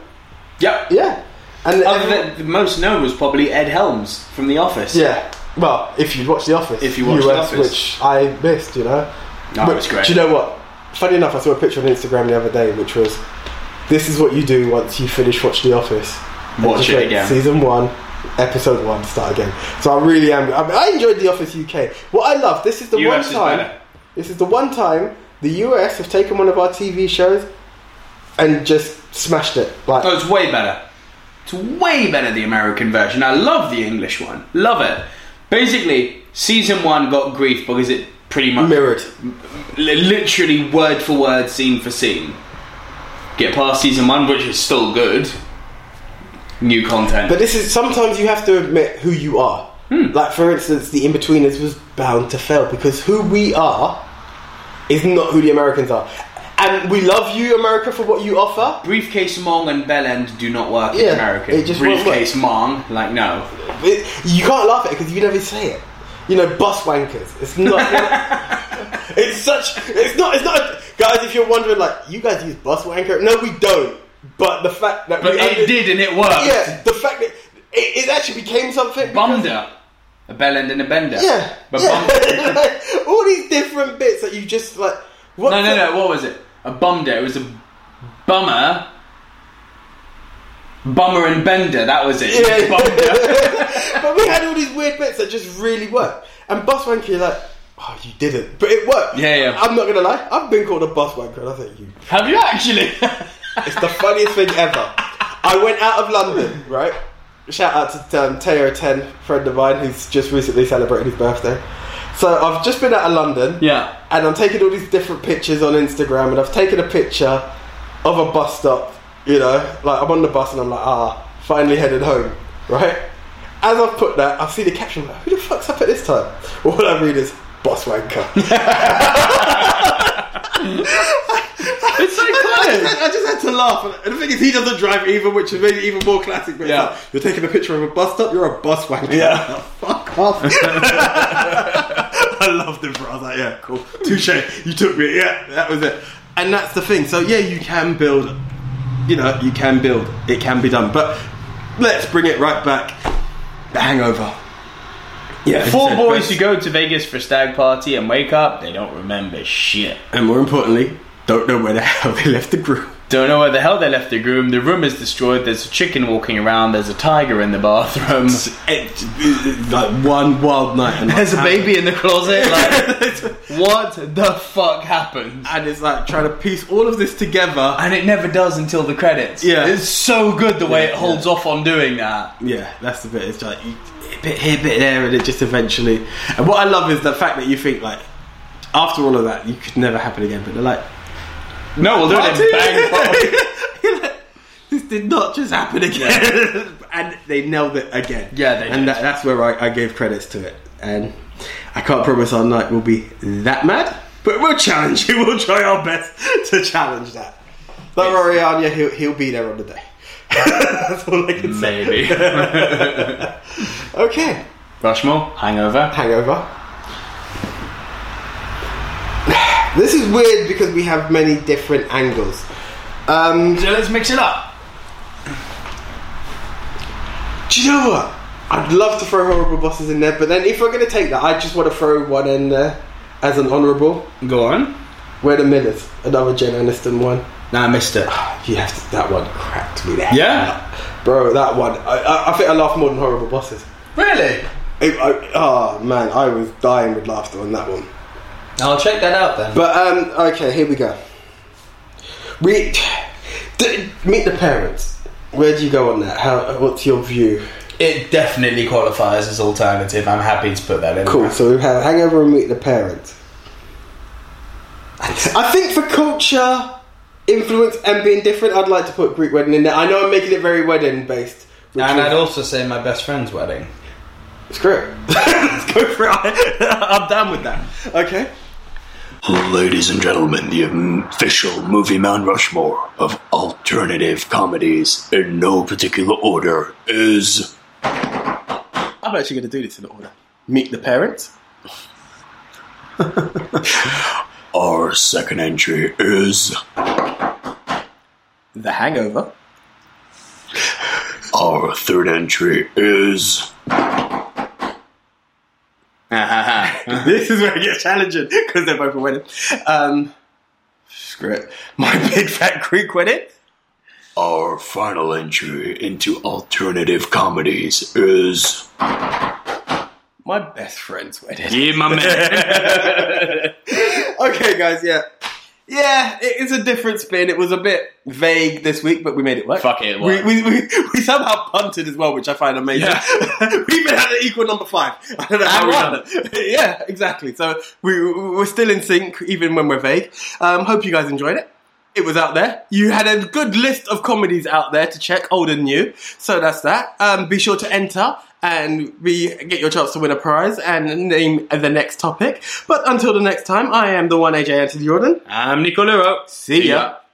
Speaker 1: Yep.
Speaker 2: Yeah, and
Speaker 1: Other
Speaker 2: everyone-
Speaker 1: than the most known was probably Ed Helms from The Office.
Speaker 2: yeah. Well, if you watch The Office,
Speaker 1: If you watch The
Speaker 2: US,
Speaker 1: Office.
Speaker 2: which I missed, you know.
Speaker 1: No,
Speaker 2: But
Speaker 1: it's great.
Speaker 2: Do you know what? Funny enough, I saw a picture on Instagram the other day, which was, "This is what you do once you finish watch The Office." And
Speaker 1: Watch
Speaker 2: just
Speaker 1: it
Speaker 2: went,
Speaker 1: again.
Speaker 2: Season one, episode one, start again. So I really am. I, mean, I enjoyed The Office UK. What I love, this is the
Speaker 1: US
Speaker 2: one
Speaker 1: is
Speaker 2: time.
Speaker 1: better.
Speaker 2: This is the one time the US have taken one of our TV shows and just smashed it. Like
Speaker 1: Oh, it's way better. It's way better the American version. I love the English one. Love it. Basically, season one got grief because it pretty much
Speaker 2: mirrored.
Speaker 1: li- literally word for word, scene for scene. Get past season one, which is still good. New content.
Speaker 2: But this is sometimes you have to admit who you are.
Speaker 1: Hmm.
Speaker 2: Like for instance, the Inbetweeners was bound to fail because who we are is not who the Americans are. And we love you, America, for what you offer.
Speaker 1: Briefcase Mong and Bellend do not work in
Speaker 2: Yeah,
Speaker 1: America.
Speaker 2: it just won't work.
Speaker 1: Briefcase Mong, like no.
Speaker 2: It- you can't laugh at it because you never say it. You know, bus wankers. It's not. it's such. It's not. It's not. Guys, if you're wondering, like, you guys use bus wanker? No, we don't. But the fact that
Speaker 1: But
Speaker 2: we
Speaker 1: it
Speaker 2: under-
Speaker 1: did and it worked.
Speaker 2: Yeah, the fact that it, it actually became something. because-
Speaker 1: Bunda. A Bellend and a Bender.
Speaker 2: Yeah.
Speaker 1: But
Speaker 2: yeah.
Speaker 1: Bunda-
Speaker 2: Like, all these different bits that you just like. What
Speaker 1: No, no,
Speaker 2: the-
Speaker 1: no. What was it? A bum day. It was a bummer. Bummer and Bender. That was it.
Speaker 2: Yeah.
Speaker 1: Bumder.
Speaker 2: but we had all these weird bits that just really worked. And bus wanker, you're like, oh, you didn't, but it worked.
Speaker 1: Yeah, yeah.
Speaker 2: I'm not gonna lie. I've been called a bus wanker. And I think you.
Speaker 1: Have you actually?
Speaker 2: It's the funniest thing ever. I went out of London, right? Shout out to um, Teo Ten, friend of mine, who's just recently celebrated his birthday. So I've just been out of London.
Speaker 1: yeah.
Speaker 2: and I'm taking all these different pictures on Instagram, and I've taken a picture of a bus stop. You know, like I'm on the bus and I'm like, ah, finally headed home, right? As I've put that, I see the caption like, who the fuck's up at this time? All I read is boss wanker.
Speaker 1: It's so
Speaker 2: I,
Speaker 1: clever.
Speaker 2: just, I just had to laugh, and the thing is, he doesn't drive either, which is maybe even more classic. But
Speaker 1: Yeah.
Speaker 2: yeah, you're taking a picture of a bus stop, you're a bus wanker. Yeah, fuck off. I loved it, bro. I was like, yeah, cool, touche. You took me. Yeah, that was it. And that's the thing. So yeah, you can build. You know, you can build. It can be done. But let's bring it right back. The Hangover. Yeah,
Speaker 1: Four
Speaker 2: it's-
Speaker 1: boys who go to Vegas for a stag party and wake up, they don't remember shit.
Speaker 2: and more importantly, don't know where the hell they left the group.
Speaker 1: Don't know where the hell they left the room. The room is destroyed. There's a chicken walking around. There's a tiger in the bathroom.
Speaker 2: It's like one wild night. And
Speaker 1: There's a
Speaker 2: like-
Speaker 1: baby in the closet. Like, what the fuck happened?
Speaker 2: and it's like trying to piece all of this together.
Speaker 1: And it never does until the credits.
Speaker 2: Yeah.
Speaker 1: It's so good the way
Speaker 2: Yeah,
Speaker 1: it holds off on doing that.
Speaker 2: Yeah, that's the bit. It's like you, a bit here, a bit there, and it just eventually. And what I love is the fact that you think like after all of that, you could never happen again. But they're like,
Speaker 1: No, we'll do it in Bangkok.
Speaker 2: You're like, this did not just happen again, and they nailed it again.
Speaker 1: Yeah, they
Speaker 2: and
Speaker 1: did.
Speaker 2: that, that's where I, I gave credits to it. And I can't promise our night will be that mad, but we'll challenge you. We'll try our best to challenge that. Don't worry, Anya. He'll he'll be there on the day. that's all I can say.
Speaker 1: Maybe.
Speaker 2: Okay,
Speaker 1: Rushmore, Hangover.
Speaker 2: Hangover. This is weird because we have many different angles. Um,
Speaker 1: So let's mix it up.
Speaker 2: do you know what? I'd love to throw horrible bosses in there, but then if we're going to take that, I just want to throw one in there as an honourable.
Speaker 1: Go on.
Speaker 2: We're the Millers, another Jen Aniston one.
Speaker 1: Nah, I missed it.
Speaker 2: You have to, that one cracked me there.
Speaker 1: Yeah?
Speaker 2: bro, that one. I, I, I think I laughed more than horrible bosses.
Speaker 5: Really?
Speaker 2: It, I, oh man, I was dying with laughter on that one.
Speaker 5: I'll check that out then.
Speaker 2: But um, okay, here we go. We d- meet the parents. Where do you go on that? How? What's your view?
Speaker 5: It definitely qualifies as alternative. I'm happy to put that in.
Speaker 2: Cool. So we have Hangover and Meet the Parents. I think for culture, influence, and being different, I'd like to put Greek Wedding in there. I know I'm making it very wedding based. which
Speaker 5: And
Speaker 2: is-
Speaker 5: I'd also say my best friend's wedding.
Speaker 2: Screw it. Let's go for it. I'm down with that. Okay.
Speaker 7: Ladies and gentlemen, the official movie Mount Rushmore of alternative comedies in no particular order is
Speaker 2: I'm actually going to do this in order. Meet the parents,
Speaker 7: Our second entry is
Speaker 2: The Hangover.
Speaker 7: our third entry is
Speaker 2: this is where it gets challenging because they're both a winner. Um, screw it. My big fat Greek wedding.
Speaker 7: our final entry into alternative comedies is
Speaker 2: My best friend's wedding.
Speaker 1: Yeah, my man.
Speaker 2: Okay, guys. Yeah, yeah. It is a different spin. It was a bit vague this week, but we made it work.
Speaker 1: Fuck it, it
Speaker 2: We,
Speaker 1: worked.
Speaker 2: we, we, we somehow punted as well, which I find amazing. we even had an equal number five. I don't know how
Speaker 1: And
Speaker 2: we
Speaker 1: won.
Speaker 2: done it. Yeah, exactly. So we, we- we're still in sync, even when we're vague. Um, hope you guys enjoyed it. It was out there. You had a good list of comedies out there to check, old and new. So that's that. Um, be sure to enter and be, get your chance to win a prize and name the next topic. But until the next time, I am the one AJ Anthony Jordan.
Speaker 1: I'm Nicolero.
Speaker 2: See ya.